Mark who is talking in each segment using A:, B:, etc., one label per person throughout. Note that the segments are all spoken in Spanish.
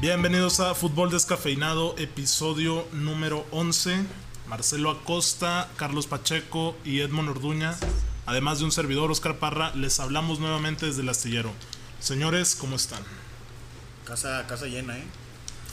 A: Bienvenidos a Fútbol Descafeinado, episodio número 11. Marcelo Acosta, Carlos Pacheco y Edmond Orduña, además de un servidor, Oscar Parra, les hablamos nuevamente desde el astillero. Señores, ¿cómo están?
B: Casa, casa llena, ¿eh?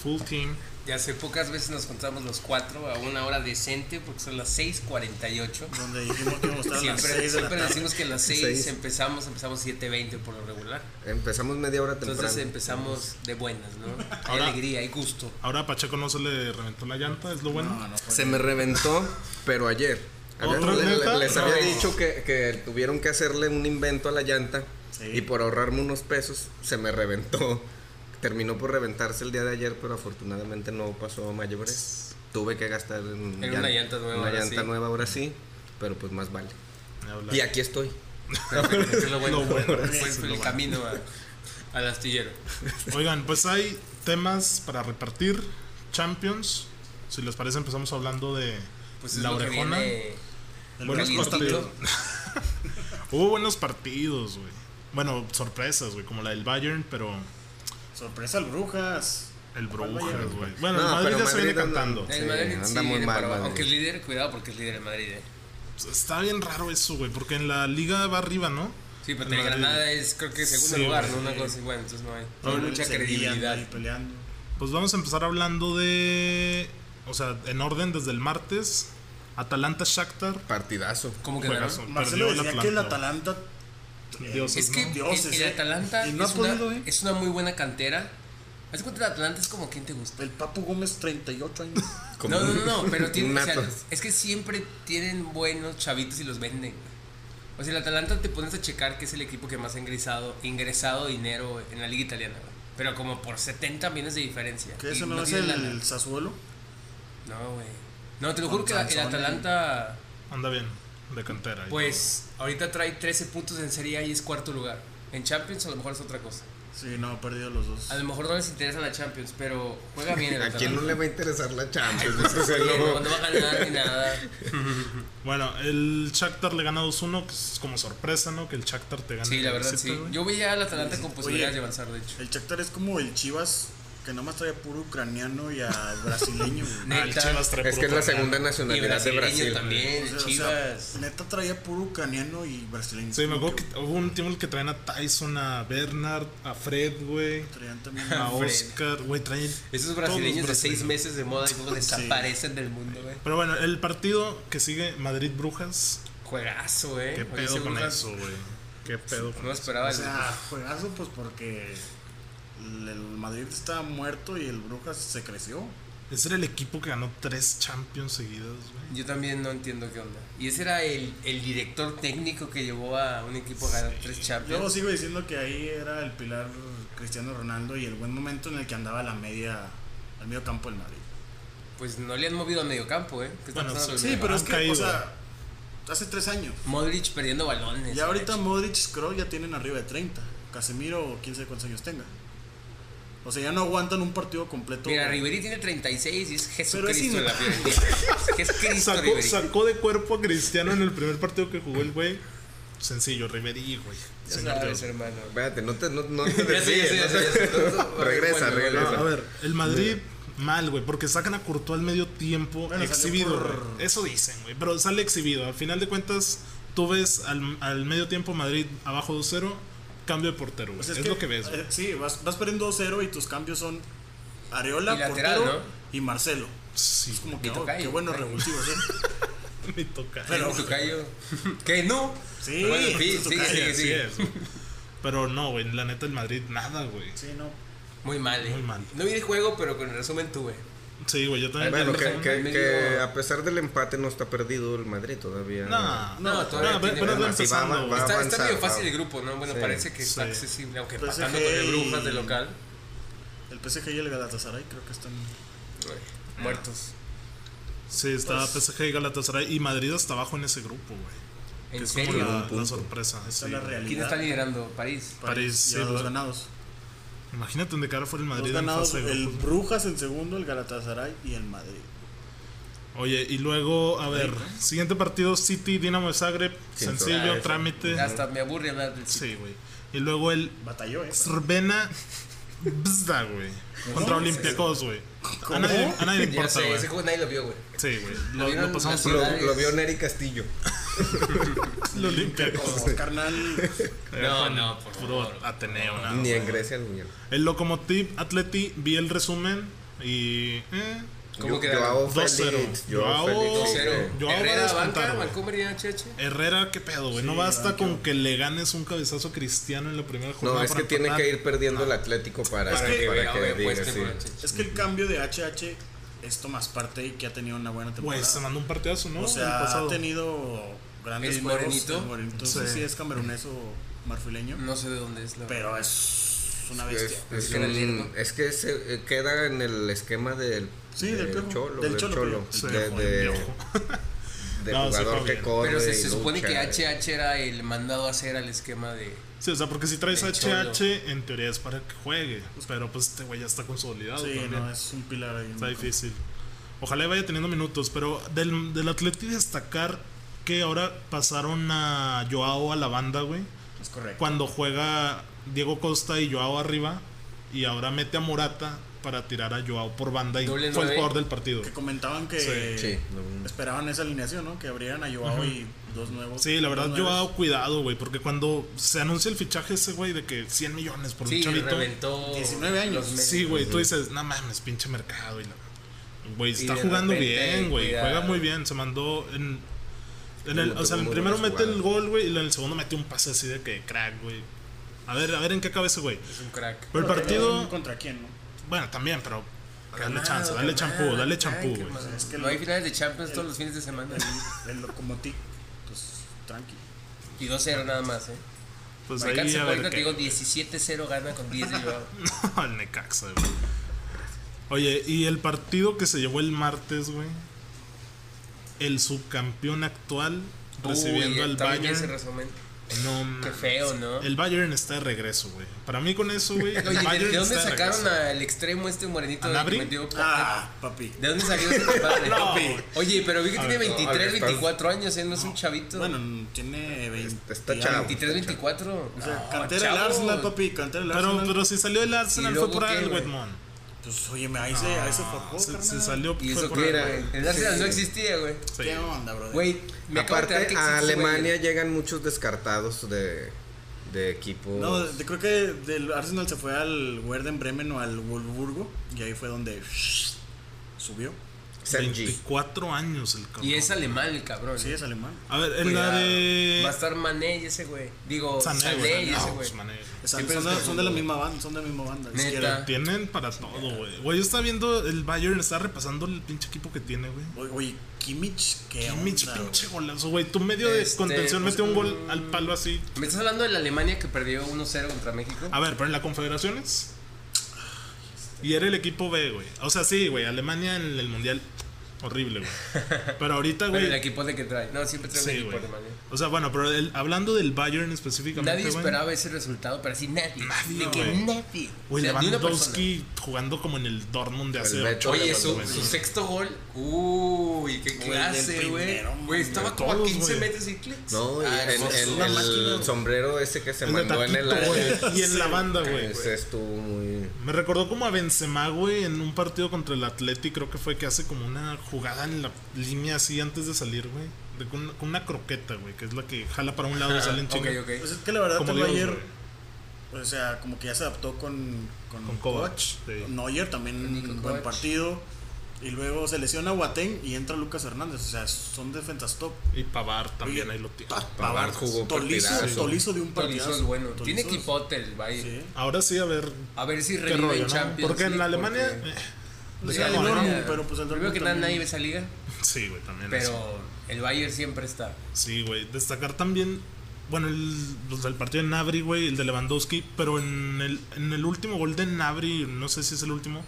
A: Full team.
C: Ya hace pocas veces nos contamos los cuatro a una hora decente porque son las 6.48.
B: Donde dijimos que íbamos a estar a las
C: Siempre,
B: seis de la
C: siempre
B: tarde.
C: decimos que a las 6
D: Seis.
C: empezamos, empezamos 7.20 por lo regular.
D: Empezamos media hora temprano.
C: Entonces empezamos de buenas, ¿no? Hay
A: Ahora-
C: alegría, hay gusto.
A: Ahora a Pacheco no se le reventó la llanta, es lo bueno.
B: No, no fue.
D: Se me reventó, pero ayer. Había-
A: ¿Otra
D: le- le-
A: neta?
D: les había
A: No.
D: dicho que, que tuvieron que hacerle un invento a la llanta
B: Sí.
D: y por ahorrarme unos pesos se me reventó. Terminó por reventarse el día de ayer, pero afortunadamente no pasó a mayores. Tuve que gastar en,
C: En una llanta nueva,
D: Una
C: ahora
D: llanta
C: sí.
D: nueva ahora sí, pero pues más vale.
A: Ni hablar.
D: Y aquí estoy.
C: Eso es lo bueno.
A: Lo bueno,
C: Fue-
A: eso
C: fue
A: es lo
C: el
A: bueno.
C: camino a- al astillero.
A: Oigan, pues hay temas para repartir. Champions, si les parece empezamos hablando de
C: Pues es
A: la
C: lo que
A: orejona.
C: viene
B: El
A: Buenos
B: calientito.
A: partidos. Hubo buenos partidos, güey. Bueno, sorpresas, güey, como la del Bayern, pero
B: Sorpresa al Brujas.
A: el
B: ¿Cuál
A: Brujas,
B: Bayern?
A: güey. Bueno,
D: No,
A: el Madrid
D: pero
A: ya se viene
D: Madrid anda-
A: cantando.
C: El
D: Sí,
C: Madrid
D: anda
C: sí
D: muy
C: viene
D: mal,
C: para abajo,
D: Madrid.
C: Aunque el líder, cuidado porque es líder en Madrid. ¿eh?
A: Está bien raro eso, güey, porque en la liga va arriba, ¿no?
C: Sí, pero
A: El
C: el
A: Madrid.
C: Granada es creo que segundo
A: Sí,
C: lugar, ¿no?
A: güey.
C: Una cosa así, bueno, entonces no hay, no hay
B: Todo el
C: mucha
B: Sevilla
C: credibilidad.
B: anda ahí peleando.
A: Pues vamos a empezar hablando de. O sea, en orden desde el martes. Atalanta Shakhtar.
D: Partidazo.
C: ¿Cómo quedaron?
A: Juegazo.
B: Marcelo
A: Perdió
B: decía
A: el
B: que el
A: Atalanta.
B: Atalanta.
A: Dios,
C: Es que
A: ¿no?
B: Dioses,
C: el, el
B: ¿eh?
C: Atalanta
B: Y no ha
C: es, una,
B: podido, ¿eh?
C: es una muy buena cantera. Haz de cuenta el Atalanta es como quien te gusta.
B: El Papu Gómez, 38 años.
D: Como
C: no, no, no, no, pero tiene,
D: un
C: o sea,
D: nato.
C: es que siempre tienen buenos chavitos y los venden. O sea, el Atalanta te pones a checar que es el equipo que más ha ingresado, ingresado dinero en la liga italiana, güey. pero como por 70 millones de diferencia.
B: ¿Qué
C: Y
B: ese no, es
C: tiene
B: el,
C: lana.
B: Sassuolo?
C: No, güey. No, te lo
B: Con
C: juro que la- el
B: Sansone.
C: Atalanta,
A: Anda bien, de cantera. y
C: pues, ahorita trae 13 puntos en Serie A y es cuarto lugar. En Champions a lo mejor es otra cosa.
B: Sí, no, ha perdido los dos.
C: A lo mejor no les interesa la Champions, pero juega bien el
D: ¿A quién no
C: Atalanta.
D: le va a interesar la Champions? Ese es
C: Sí,
D: el
C: pues, no,
D: lobo.
C: no va a ganar ni nada.
A: todo. Bueno, el Shakhtar le gana 2-1, que es como sorpresa, ¿no? Que el Shakhtar te gane.
C: Sí, la
A: de
C: verdad
A: visita,
C: sí.
A: güey.
C: Yo veía al Atalanta con
B: Oye.
C: posibilidades de avanzar, de hecho.
B: El Shakhtar es como el Chivas, que nomás trae a puro ucraniano y a brasileño. güey.
A: Ah, el
C: Neta.
A: Chivas trae
D: Es que es
A: puro
D: la segunda
A: Fernando.
C: Y
D: nacionalidad de
C: brasileño
D: Brasil.
C: también,
B: O sea, o sea,
C: Chivas.
B: neta traía puro ucraniano y brasileño.
A: Sí, me acuerdo
B: Como
A: que hubo un tiempo en el que traían a Tyson, a Bernard, a Fred, güey.
B: traían también
A: A
C: Fred.
A: Oscar, güey, traen. todos
C: Esos
A: los
C: brasileños de
A: brasileños.
C: seis meses de moda y luego desaparecen del mundo, güey.
A: Pero bueno, el partido que sigue, Madrid-Brujas.
C: Juegazo, eh.
A: ¿Qué
C: Oye,
A: pedo
C: ese
A: con
C: Brujas,
A: eso, güey? ¿Qué pedo con
C: No
A: eso?
C: esperaba
B: O
C: el-
B: sea, juegazo pues porque el el Madrid estaba muerto y el Brujas se creció.
A: Ese era el equipo que ganó tres Champions seguidas, güey.
C: Yo también no entiendo qué onda. Y ese era el, el director técnico que llevó a un equipo a ganar tres
B: Yo
C: Champions.
B: sigo diciendo que ahí era el pilar Cristiano Ronaldo y el buen momento en el que andaba la media, al medio campo del Madrid.
C: Pues no le han movido a medio campo, eh. ¿Qué está
A: Bueno,
C: pasando con
B: Sí,
C: el-
B: pero es
A: han
B: que,
A: caído.
B: o sea, hace tres años.
C: Modric perdiendo balones.
B: Y
C: güey.
B: ahorita Modric, Kroos ya tienen arriba de 30. Casemiro, quién sabe cuántos años tenga. O sea, ya no aguantan un partido completo.
C: Mira, Ribery tiene 36 y es
B: Pero es
C: Jesucristo de
B: in-
C: la Fiorentina. es Cristo
A: Sacó,
C: Ribery.
A: sacó de cuerpo a Cristiano en el primer partido que jugó el güey. Sencillo, Ribery, güey.
C: Ya
A: Señor
C: sabes,
A: Dios.
C: hermano.
D: Espérate, no te, no, no te
C: Ya sé, ya
D: desvíes,
C: sé, ya
D: no
C: sé, ya
D: te-
C: sé. Entonces,
D: Regresa,
C: bueno,
D: regresa.
A: No, a ver, el Madrid mal, güey, porque sacan a Courtois al medio tiempo
B: Bueno, salió
A: exhibido.
B: por-
A: güey. Eso dicen, güey, pero sale exhibido. Al final de cuentas, tú ves al, al medio tiempo Madrid abajo 2-0, cambio de portero, güey.
B: Pues
A: es lo que ves, güey.
B: eh, sí, vas, vas perdiendo 2-0 y tus cambios son Areola,
C: Y lateral,
B: portero
C: ¿no?
B: y Marcelo.
A: Sí,
B: Es como
C: Mi
B: que, oh,
C: tocayo.
B: qué buenos revulsivos, ¿eh?
A: me toca.
B: Pero-
C: Tu tocayo. ¿Qué? ¿No?
B: Sí,
C: Bueno,
B: tu
C: sí, sigue,
B: tocayo,
C: sigue,
A: Así
C: sigue.
A: es, güey. Pero no, güey, la neta el Madrid nada, güey.
B: Sí, no.
C: Muy mal, eh.
A: Muy mal.
C: No vi el juego, pero con el resumen tuve.
A: Sí, güey, yo también.
D: Bueno,
C: Al
D: que,
C: menos- al
D: que,
C: menos-
D: que a pesar del empate no está perdido el Madrid todavía.
A: Nah,
C: No, todavía
A: nah,
C: tiene-
A: pero- pero
D: bueno,
A: está
D: sí, va-
A: empezando,
D: va-
A: güey.
D: va-
C: Está, está
D: avanzar,
C: medio fácil
D: va.
C: el grupo, ¿no? Bueno,
D: Sí,
C: parece que está
A: sí.
C: accesible, aunque
B: Pues
C: pasando
B: es
C: con
B: que-
C: el Brujas de local.
B: El PSG y el Galatasaray creo que están.
C: Ay, Muertos.
A: Sí, está PSG y Galatasaray y Madrid hasta abajo en ese grupo, güey. Que
C: Pues- ¿En
A: es como
C: serio?
A: la, la sorpresa.
B: Está
A: sí,
B: la
A: güey.
B: realidad.
C: ¿Quién está liderando? París.
A: París,
B: lleva
A: sí,
B: dos
A: güey.
B: ganados.
A: Imagínate donde cara fuera el Madrid
B: dos
A: en
B: ganados.
A: fase de
B: El
A: grupos.
B: Brujas en segundo, el Galatasaray y el Madrid.
A: Oye, y luego, a ver, siguiente partido City Dinamo de Zagreb,
D: Sí,
A: sencillo,
D: ah, eso.
A: trámite.
C: Hasta me aburre hablar del
A: Sí, güey. Y luego el
B: Batalló, ¿eh?
A: Srbena Bzda, güey. Contra Olympiacos, güey. A
D: ¿Cómo?
A: nadie, a nadie le
C: Ya
A: importa,
C: sé,
A: güey.
C: ese juego nadie lo vio, güey.
A: Sí, güey. Lo,
C: Había
A: lo
C: una
A: pasamos por
D: Lo,
C: ciudades-
D: lo vio Neri Castillo.
A: el Olympiacos.
B: Pues, carnal.
C: No, no, por
A: Puro
C: favor.
A: Ateneo,
C: Ah,
A: nada.
D: Ni en Grecia lo vieron.
A: El Locomotiv Atleti, vi el resumen y. Eh,
C: ¿Cómo
D: Yo-
C: quedaron?
D: Joao
A: 2-0.
D: Félix. Joao
A: Joao-
D: Félix. sí,
C: 2-0.
D: güey.
A: Yo ahora voy a
C: Herrera,
A: descontar,
C: Banca,
A: güey.
C: Vancouver y HH.
A: Herrera, qué pedo, güey. no
B: Sí,
A: basta
B: ah, qué
A: con
B: bueno.
A: que le ganes un cabezazo a cristiano en la primera jornada.
D: No, es que
A: para
D: tiene
A: empatar.
D: que ir perdiendo el Atlético para,
A: Es que- pues,
D: para que
C: Obvio,
D: diga,
C: apuesten
D: sí.
C: por HH.
B: Es que el cambio de HH esto más parte y que ha tenido una buena temporada.
A: Güey, se mandó un partidazo, ¿no?
B: o
A: El
B: sea, ha
A: pasado.
B: tenido grandes
C: ¿Es
B: nuevos,
C: morenito?
B: es morenito. No sé
A: Sí.
B: si es camerunés o marfileño,
C: No sé de dónde es la
B: pero es una bestia.
D: Es, es
C: Es que era
D: un-
C: lerdo.
D: es que se eh, queda en el esquema del,
B: Sí, del Piojo.
D: cholo,
B: Del
D: del
B: Cholo,
D: cholo,
B: Piojo.
D: de,
A: Sí,
D: de-
A: Piojo.
D: de
A: No, sí,
D: jugador
A: fue
D: que
A: bien.
D: corre.
C: Pero se, se
D: y
C: supone que
D: lucha, eh.
C: HH era el mandado a hacer al esquema de.
A: Sí, o sea, porque si traes
C: El
A: HH, en teoría es para que juegue. Pero pues este güey ya está consolidado.
B: Sí,
A: también.
B: no, es un pilar ahí.
A: Está difícil. Ojalá vaya teniendo minutos, pero del, del Atleti destacar que ahora pasaron a Joao a la banda, güey.
B: Es correcto.
A: Cuando juega Diego Costa y Joao arriba, y ahora mete a Morata para tirar a Joao por banda y
C: Doble
A: fue el
C: nueve.
A: jugador del partido.
B: Que comentaban que
A: Sí.
D: Sí, no.
B: esperaban esa alineación, ¿no? Que abrieran a Joao y dos nuevos.
A: Sí, la verdad,
B: dos nuevos.
A: Joao, cuidado, güey, porque cuando se anuncia el fichaje ese, güey, de que 100 millones por
C: Sí,
A: un chavito.
C: reventó.
B: 19 años.
C: los medios.
A: Sí, güey, tú dices, no mames, pinche mercado. Y la- Güey,
C: Y
A: está
C: de
A: jugando
C: repente,
A: bien, güey.
C: cuidado.
A: Juega muy bien. Se mandó en. en el,
D: Tuvo-
A: o sea, en
D: tuvo
A: el
D: muy
A: primero
D: buenas
A: mete el
D: jugadas.
A: gol, güey, y en el segundo mete un pase así de que crack, güey. A ver, a ver en qué acaba ese güey.
C: Es un crack.
A: Pero el
B: Pero
A: partido.
B: también ¿Contra quién, no?
A: Bueno, también, pero. Dale
C: Calmado,
A: chance, dale
C: calmado,
A: champú, dale
C: ay,
A: champú,
C: qué
A: güey.
C: mal.
B: Es que
C: no hay
B: lo-
C: finales de Champions todos los fines de semana.
B: El, el Lokomotiv. Pues tranqui.
C: Y 2-0 nada más, ¿eh?
A: Pues
C: Marcar
A: ahí
C: se
A: a ver
C: cuenta,
A: qué.
C: te digo, 17-0 gana con 10 de Joao.
A: No, el Necaxa, güey. Oye, y el partido que se llevó el martes, güey. El subcampeón actual recibiendo
C: Uy,
A: al
C: también
A: Bayern.
C: ese resumen.
A: No
C: Qué
A: mames.
C: feo, ¿no?
A: El Bayern está de regreso, güey. Para mí con eso, güey. el
C: Oye, ¿de-
A: Bayern
C: ¿de dónde
A: está de
C: sacaron
A: regreso.
C: al extremo este morenito
A: ¿A
C: de
A: Gnabry?
C: que metió-
B: Ah, papi.
C: ¿De dónde salió ese compadre?
A: No.
C: Oye, pero vi que tiene
A: ver,
D: no,
C: 23,
D: a ver, estás-
C: 24 años, ¿eh? No es un chavito.
B: Bueno, tiene 20.
D: Está
B: y
D: chavo.
B: algo.
C: 23, 24.
B: O sea,
C: No,
B: cantera
C: chavos.
B: el Arsenal, papi. Cantera el
A: Pero,
B: Arsenal.
A: pero si salió el Arsenal
C: ¿Y
A: fue
C: luego
A: por
C: qué,
A: algo,
C: güey?
A: Edmond.
B: Pues oye, ahí se, ahí se forjó,
A: Ah, Se,
B: carnal.
A: se salió
C: ¿Y
A: fue
C: eso
A: por
C: qué era,
A: algo.
C: güey? El Arsenal
D: Sí.
C: no existía, güey.
A: Sí.
B: ¿Qué onda, brother?
C: Güey, me acabo de enterar
D: Aparte,
C: que
D: a
C: existe, güey.
D: Alemania llegan muchos descartados de, de equipos.
B: No, de- creo que del Arsenal se fue al Werder Bremen o al Wolfsburgo. Y ahí fue donde shh, subió.
D: Sergi.
A: 24 años el cabrón.
C: Y es alemán el cabrón.
B: Sí, es alemán.
A: A ver, el
C: Cuidado.
A: la de.
C: Va a estar Mané y ese güey. Digo,
A: Sané,
C: Sané,
A: güey.
C: y
A: No,
C: ese
A: pues,
C: güey.
A: Mané.
B: Es- son,
C: Siempre
B: de,
C: los
B: son de la misma banda, son de la misma banda.
C: Neta.
B: izquierda.
A: Tienen para todo, güey. Güey, yo estaba viendo el Bayern, está repasando el pinche equipo que tiene, güey.
B: Oye, Oye, Kimmich, qué
A: Kimmich,
B: onda,
A: pinche golazo, güey. Tu medio de
C: Este,
A: contención
C: pues,
A: metió un gol
C: mm.
A: al palo así.
C: ¿Me estás hablando de la Alemania que perdió 1-0 contra México?
A: A ver, pero en la Confederaciones. Y era el equipo B, güey. O sea, sí, güey. Alemania en el Mundial. Horrible, güey. Pero ahorita,
C: Pero el
A: güey.
C: equipo de que trae. No, siempre trae un
A: Sí,
C: equipo
A: güey.
C: Alemania.
A: O sea, bueno, pero el- hablando del Bayern específicamente.
C: Nadie
A: güey,
C: esperaba ese resultado, pero así nadie. de que
A: güey.
C: nadie.
A: Güey,
C: O sea, ni una persona.
A: Lewandowski jugando como en el Dortmund de hace
D: Beto
A: ocho
C: Oye,
A: años,
C: su,
A: güey.
C: su sexto gol. Uy, qué
B: Güey,
C: clase,
B: del
C: güey.
B: primero,
C: Güey, estaba como a
A: todos,
C: 15
A: güey.
C: metros y clics.
D: No, y
C: Ah,
D: en-
C: hermoso.
D: en
C: Una máquina,
D: el
C: güey.
D: sombrero ese que se
A: El de
D: mandó en el
A: taquito,
D: aire.
A: güey, Y en la banda, güey.
D: Ese estuvo muy.
A: Me recordó como a Benzema, güey, en un partido contra el Atleti, creo que fue que hace como una jugada en la línea así antes de salir, güey. De- Con, con una croqueta, güey, que es la que jala para un lado y sale en
C: Ok,
A: chinga.
B: güey. Pues
C: ok.
B: es que la verdad,
A: Como
B: el
A: Dios,
B: Bayern,
A: güey.
B: o sea, como que ya se adaptó con, con,
A: Con Kovac,
B: Kovac.
A: sí.
B: Neuer
C: Nico
B: también buen
C: Kovac.
B: partido. Y luego se lesiona Guatén y entra Lucas Hernández. O sea, son defensas top.
A: Y Pavar también
B: Oye,
A: ahí lo tiene.
D: Pavard jugó
B: Tolizo,
D: partidazo.
B: Tolizo de un partidazo.
C: Tolizo es bueno. Tiene
B: Tolizo es-
C: equipote el Bayern.
B: Sí.
A: Ahora sí, a ver
C: A ver si
A: qué
C: revive
A: rollo,
C: en Champions.
A: ¿no? Porque en
C: League,
A: Alemania.
C: porque-
A: eh,
C: Pues
A: Sí,
C: el
A: no,
C: Dortmund,
B: Dortmund, pero, pues, el
C: Primero
B: Dortmund
C: que nada,
B: también.
C: nadie ve esa liga.
A: sí, güey, también. eso.
C: Pero el Bayern siempre está.
A: Sí, güey. Destacar también. Bueno, el, los del partido de Nabri, güey, el de Lewandowski. Pero en el, en el último gol de Nabri, no sé si es el último.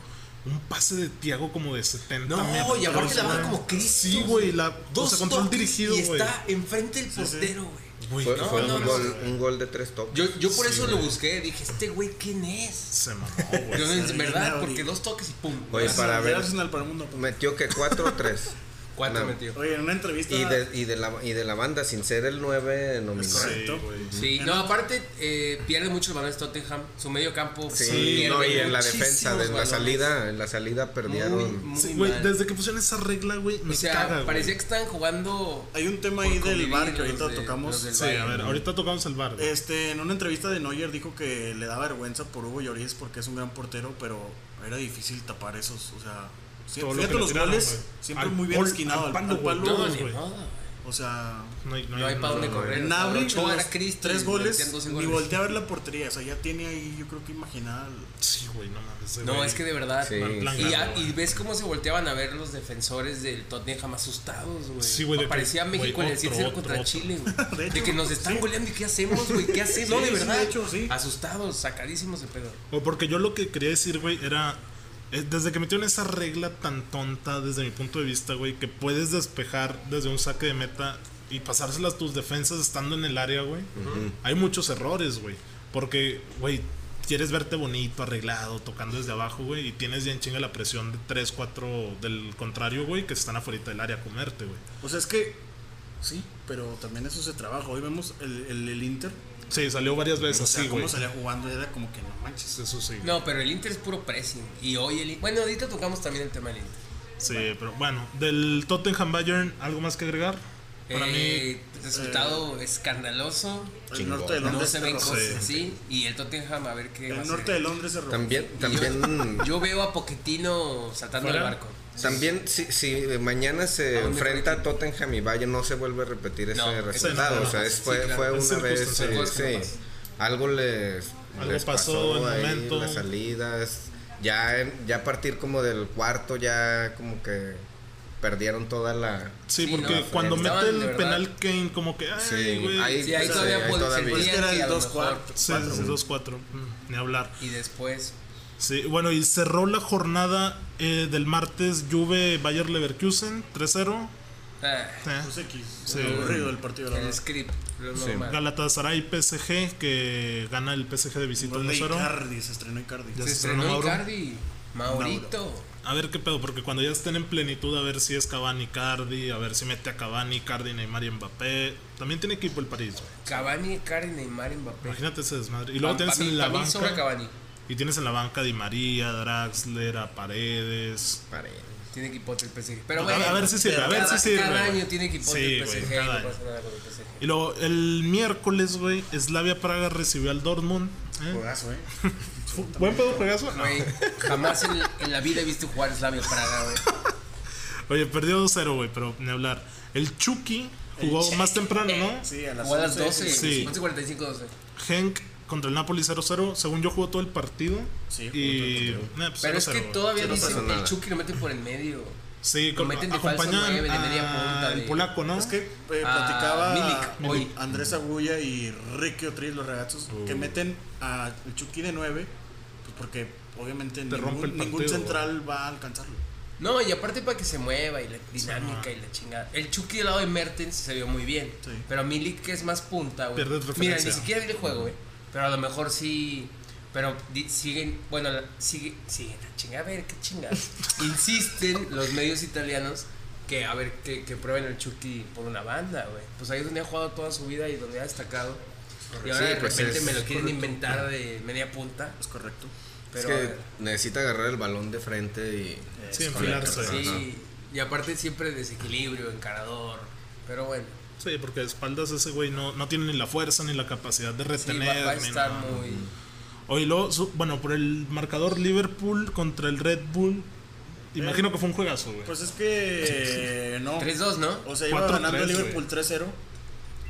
A: Un pase de Tiago como de 70
C: No,
A: metros,
C: y aparte la baja
A: güey.
C: como Cristo.
A: Sí, güey, la. o sea, control
C: toques
A: dirigido,
C: y
A: güey.
C: está enfrente del
B: sí.
C: portero, güey.
A: Güey,
D: Fue,
A: no,
D: fue
A: no,
D: un,
A: no.
D: gol, un gol de tres toques.
C: Yo, yo por
A: Sí,
C: eso lo
A: güey.
C: busqué. Dije, este güey, ¿quién es?
A: Se mamó, güey.
C: Yo no,
B: sí,
C: en verdad,
B: Nabri.
C: porque dos toques y pum.
D: Oye,
B: Arsenal,
D: para
B: de
D: ver.
B: Arsenal para el mundo. pues.
D: Metió que cuatro o tres.
C: Cuatro
D: No.
C: metió.
B: Oye, en una entrevista.
D: Y de, y, de la, y de la banda, sin ser el 9 nominado.
B: correcto.
A: güey.
C: Sí, no, aparte eh, pierde muchos balones Tottenham. Su medio campo
D: Sí,
A: Sí,
D: no, y en la
C: muchísimos
D: defensa, en la
C: balones.
D: salida, en la salida
C: Muy,
D: perdieron.
C: muy
A: Sí, güey,
C: mal.
A: desde que pusieron esa regla, güey, me
C: O sea,
A: caga, güey.
C: parecía que estaban jugando.
B: Hay un tema
C: por
B: ahí del
C: convivir
B: bar que
C: los
B: ahorita
C: de-
B: tocamos.
C: los del
A: Sí,
C: Bayern,
A: a ver,
C: ¿no?
A: ahorita tocamos el bar. güey.
B: Este, en una entrevista de Neuer dijo que le da vergüenza por Hugo Lloris porque es un gran portero, pero era difícil tapar esos, o sea, sie-
A: Todo lo
B: fíjate
A: que le
B: los
A: tiraron,
B: goles,
A: güey.
B: siempre
A: Al
B: muy bien
A: pol-
B: esquinado,
A: al
B: al,
A: palo,
B: al palo,
A: güey.
C: No,
A: todos,
C: ni
A: güey.
C: modo, güey.
B: o sea,
A: No hay,
C: No hay para dónde correr. o sea,
B: Nabri en
C: Ochoa
B: los
C: era Cristi,
B: tres
C: metían
B: goles,
C: 12
B: ni
C: goles.
B: voltea a ver la portería, o sea, ya tiene ahí, yo creo que imaginada, el-
A: Sí, güey, no mames. ese
C: No,
A: güey.
C: es que de verdad.
D: Sí,
A: Plan- plan
C: Y, ya-
A: grande,
C: y
A: güey.
C: ves cómo se volteaban a ver los defensores del Tottenham asustados, güey.
A: Sí, güey, de que,
C: Parecía México
A: güey,
C: en el 7
A: otro,
C: contra
A: otro,
C: Chile,
B: De
C: güey. De
B: hecho,
C: que nos están
B: sí.
C: goleando y qué hacemos, güey. ¿Qué hacemos? no,
B: Sí,
C: de
B: sí,
C: verdad.
B: de hecho, sí.
C: Asustados, sacadísimos de pedo.
A: O porque yo lo que quería decir, güey, era. eh, Desde que metieron esa regla tan tonta, desde mi punto de vista, güey, que puedes despejar desde un saque de meta y pasárselas tus defensas estando en el área, güey. Hay muchos errores, güey. Porque, güey, quieres verte bonito, arreglado, tocando desde abajo, güey, y tienes ya en chinga la presión de 3, 4 del contrario, güey, que están afuera del área a comerte, güey.
B: o sea, es que sí, pero también eso se trabaja. Hoy vemos el, el, el Inter,
A: Sí, salió varias
B: o
A: veces
B: sea,
A: así, güey.
B: cómo salía jugando, era como que no manches.
A: Eso sí.
C: No, pero el Inter es puro pressing. Y hoy el. Bueno, ahorita tocamos también el tema del Inter.
A: Sí, pero bueno, del Tottenham Bayern, ¿algo más que agregar? Para mí,
C: Eh, resultado escandaloso.
B: El
D: Chingón.
B: norte de
C: No
B: Londres
C: se
B: se
C: ven
B: robó.
C: cosas, sí. Y el Tottenham, a ver qué. va a
B: El norte
C: hacer.
B: de Londres se robó.
D: También, también,
C: Yo veo a Poquetino saltando al
A: ¿Fuera?
C: barco.
D: también si, si mañana se
A: Ah,
C: ¿A dónde
D: enfrenta
C: fue?
D: a Tottenham y Bayern, no se vuelve a repetir ese
C: No, ese no
D: resultado.
A: pasa.
D: o sea, es-
C: Sí,
D: fue,
C: claro.
D: fue
A: Es
D: una vez.
A: circunstancial.
D: eh,
C: Cosas que no
D: sí.
C: pasan.
D: algo les,
A: Algo
D: les
A: pasó en el momento.
D: las salidas. Ya, en- ya a partir como del cuarto, ya como que perdieron toda la.
A: Sí,
C: Sí,
A: porque
C: no,
A: cuando
C: estaban
A: mete
C: de
A: el
C: verdad.
A: penal Kane, como que, ay,
D: Sí,
A: güey.
D: ahí-
C: Sí, ahí
D: Sí,
C: todavía
D: ahí
C: puede
D: todavía.
C: sentían
B: Es que era
C: que
B: el
C: a lo
B: 2-4.
C: mejor-
A: Sí,
B: cuatro.
A: sí, sí, 2-4. mm, Ni hablar.
C: Y después.
A: Sí, bueno, y cerró la jornada eh, del martes Juve Bayer Leverkusen 3-0.
C: ah,
A: Eh.
B: Pues X,
A: Sí.
B: aburrido el partido, la
C: el
B: verdad.
C: script. Lo
D: Sí.
C: normal.
A: Galatasaray PSG que gana el PSG de visita
B: Gol de
A: 1-0.
B: Icardi, se estrenó Icardi.
A: Ya
C: Se
A: se
C: estrenó
A: estrenó Mauro.
C: Icardi. Maurito.
A: A ver qué pedo, porque cuando ya estén en plenitud, a ver si es Cavani, Cardi, a ver si mete a Cavani, Cardi, Neymar y Mbappé. También tiene equipo el París, güey.
C: Cavani, Icardi, Neymar, Mbappé.
A: Imagínate ese desmadre. Y luego
C: Pa-
A: tienes
C: pa' mí-
A: en la
C: pa' mí sobra
A: banca.
C: Cavani.
A: Y tienes en la banca a Di María, Draxler, a Paredes.
D: Paredes.
C: Tiene equipo del PSG. Pero
A: A-
C: bueno,
A: a ver si sirve, a ver
C: cada-
A: si sirve,
C: Cada
A: güey.
C: año tiene equipo
A: Sí,
C: del
A: güey,
C: PSG.
A: cada
C: no
A: año.
C: pasa nada con el PSG.
A: Y luego el miércoles, güey, Slavia Praga recibió al Dortmund. ¿eh?
B: Juegazo, eh.
A: Fu- ¿Buen pedo juegazo? No.
C: Güey, jamás en, en la vida he visto jugar Slavia Praga, güey.
A: Oye, perdió 2-0, güey, pero ni hablar. El Chucky jugó más temprano, ¿no?
B: Sí, a las
C: Jugó a las
B: 11.
C: 12,
A: Sí.
C: 11.45, 12.
A: Henk contra el Napoli 0-0. Según yo jugó todo el partido.
B: Sí, jugó
A: y...
B: todo el partido.
A: Nah, pues,
C: Pero es
A: 0-0,
C: que
A: güey.
C: todavía
D: Sí, no
C: dicen
D: pasa
C: que el
D: nada.
C: Chucky lo mete por el medio.
A: Sí,
C: lo
A: con-
C: meten de falso
A: acompañan
C: nueve, de media punta,
A: a
C: de-
A: el polaco, ¿no?
B: Es que eh,
C: Ah,
B: platicaba
C: Milik, hoy.
B: Andrés Agulla y Ricky Otriz, los regazos,
A: Oh.
B: que meten a el Chucky de 9, pues porque obviamente ningún,
A: rompe el
B: ningún
A: partido.
B: central va a alcanzarlo.
C: No, y aparte para que se mueva y la dinámica y la chingada. El Chucky del lado de Mertens se vio muy bien.
B: Sí.
C: Pero Milik, que es más punta, güey.
A: Pierde
C: Mira, ni
A: referencia.
C: siquiera vi el juego, güey. Pero a lo mejor sí. Pero di- siguen, bueno, la- sigue, siguen, la chingada, a ver, qué chingada. Insisten los medios italianos que, a ver, que, que prueben el Chucky por una banda, güey. Pues ahí es donde ha jugado toda su vida y donde ha destacado. Y ahora
D: Sí,
C: de
D: pues
C: repente
D: es
C: me lo quieren inventar de media punta.
B: Es correcto.
C: Pero
D: es que necesita agarrar el balón de frente y.
A: Sí,
D: con
A: enfilarse.
D: la- Ajá.
C: Sí, y aparte siempre desequilibrio, encarador. Pero bueno,
A: Sí, porque de espaldas ese güey no, no tiene ni la fuerza ni la capacidad de
C: sí, va-
A: retener.
C: va, a
A: ni
C: estar
A: nada.
C: muy.
A: Oye, luego, su- bueno, por el marcador Liverpool contra el Red Bull. Imagino que fue un juegazo, güey.
B: Pues es que eh, no.
C: 3-2, ¿no?
B: O sea, iba
A: 4-3,
B: ganando el Liverpool
A: güey.
B: 3-0.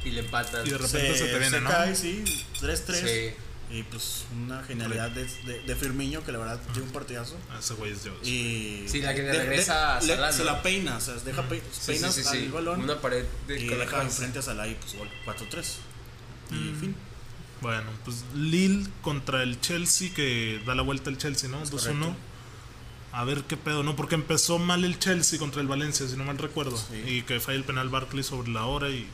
C: Y le empatan.
A: Y de repente se, te viene, ¿no?
B: cae, sí, 3-3.
C: Sí.
B: Y pues una genialidad de, de, de Firmino, que la verdad dio un partidazo.
A: Ah, Ese güey es Dios.
B: Y
C: Sí, la que le regresa a
B: le-
C: Salah,
B: Se
C: ¿no?
B: la peina, o sea, deja pe-
C: Sí, sí,
B: peinas
C: sí, sí.
B: al balón.
C: Una pared de
B: Y
C: con la
B: deja
C: cabeza. Mm.
B: enfrente a Salah y pues gol 4-3. Y fin.
A: Mm. Bueno, pues Lille contra el Chelsea, que da la vuelta el Chelsea, ¿no? 2-1.
B: correcto.
A: A ver qué pedo, ¿no? Porque empezó mal el Chelsea contra el Valencia, si no mal recuerdo. Y que fue el penal Barkley sobre la hora y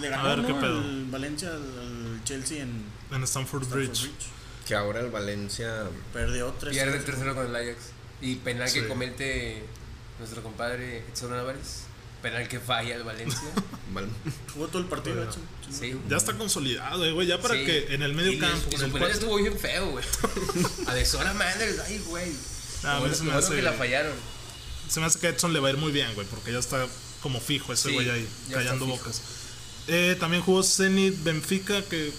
B: Le
A: A
B: ganó
A: ver,
B: ¿no?
A: ¿qué pedo?
B: el Valencia al Chelsea en
A: en Stamford
B: Stamford
A: Bridge.
B: Bridge.
D: Que ahora el Valencia.
B: Perdió 3
C: Pierde el tercero con el Ajax. Y penal
A: Sí.
C: que comete nuestro compadre Edson Álvarez. penal que falla el Valencia.
D: Mal-
B: Jugó todo el partido, hecho.
C: sí.
A: Ya está consolidado, eh, güey. Ya para
C: Sí.
A: que en el
C: Y
A: medio
C: su-
A: campo.
C: Y
A: en
C: su
A: el
C: penal
A: cuarto-
C: estuvo bien feo, güey. A deshora madres, ay, güey.
A: Ah, a
C: Qué
A: mí
C: bueno-
A: se
C: qué
A: me
C: bueno
A: hace-
C: que la fallaron.
A: Se me hace que a Edson le va a ir muy bien, güey, porque ya está como fijo ese
C: Sí,
A: güey ahí,
C: ya está
A: callando
C: fijo.
A: bocas. Eh, también jugó Zenit Benfica, que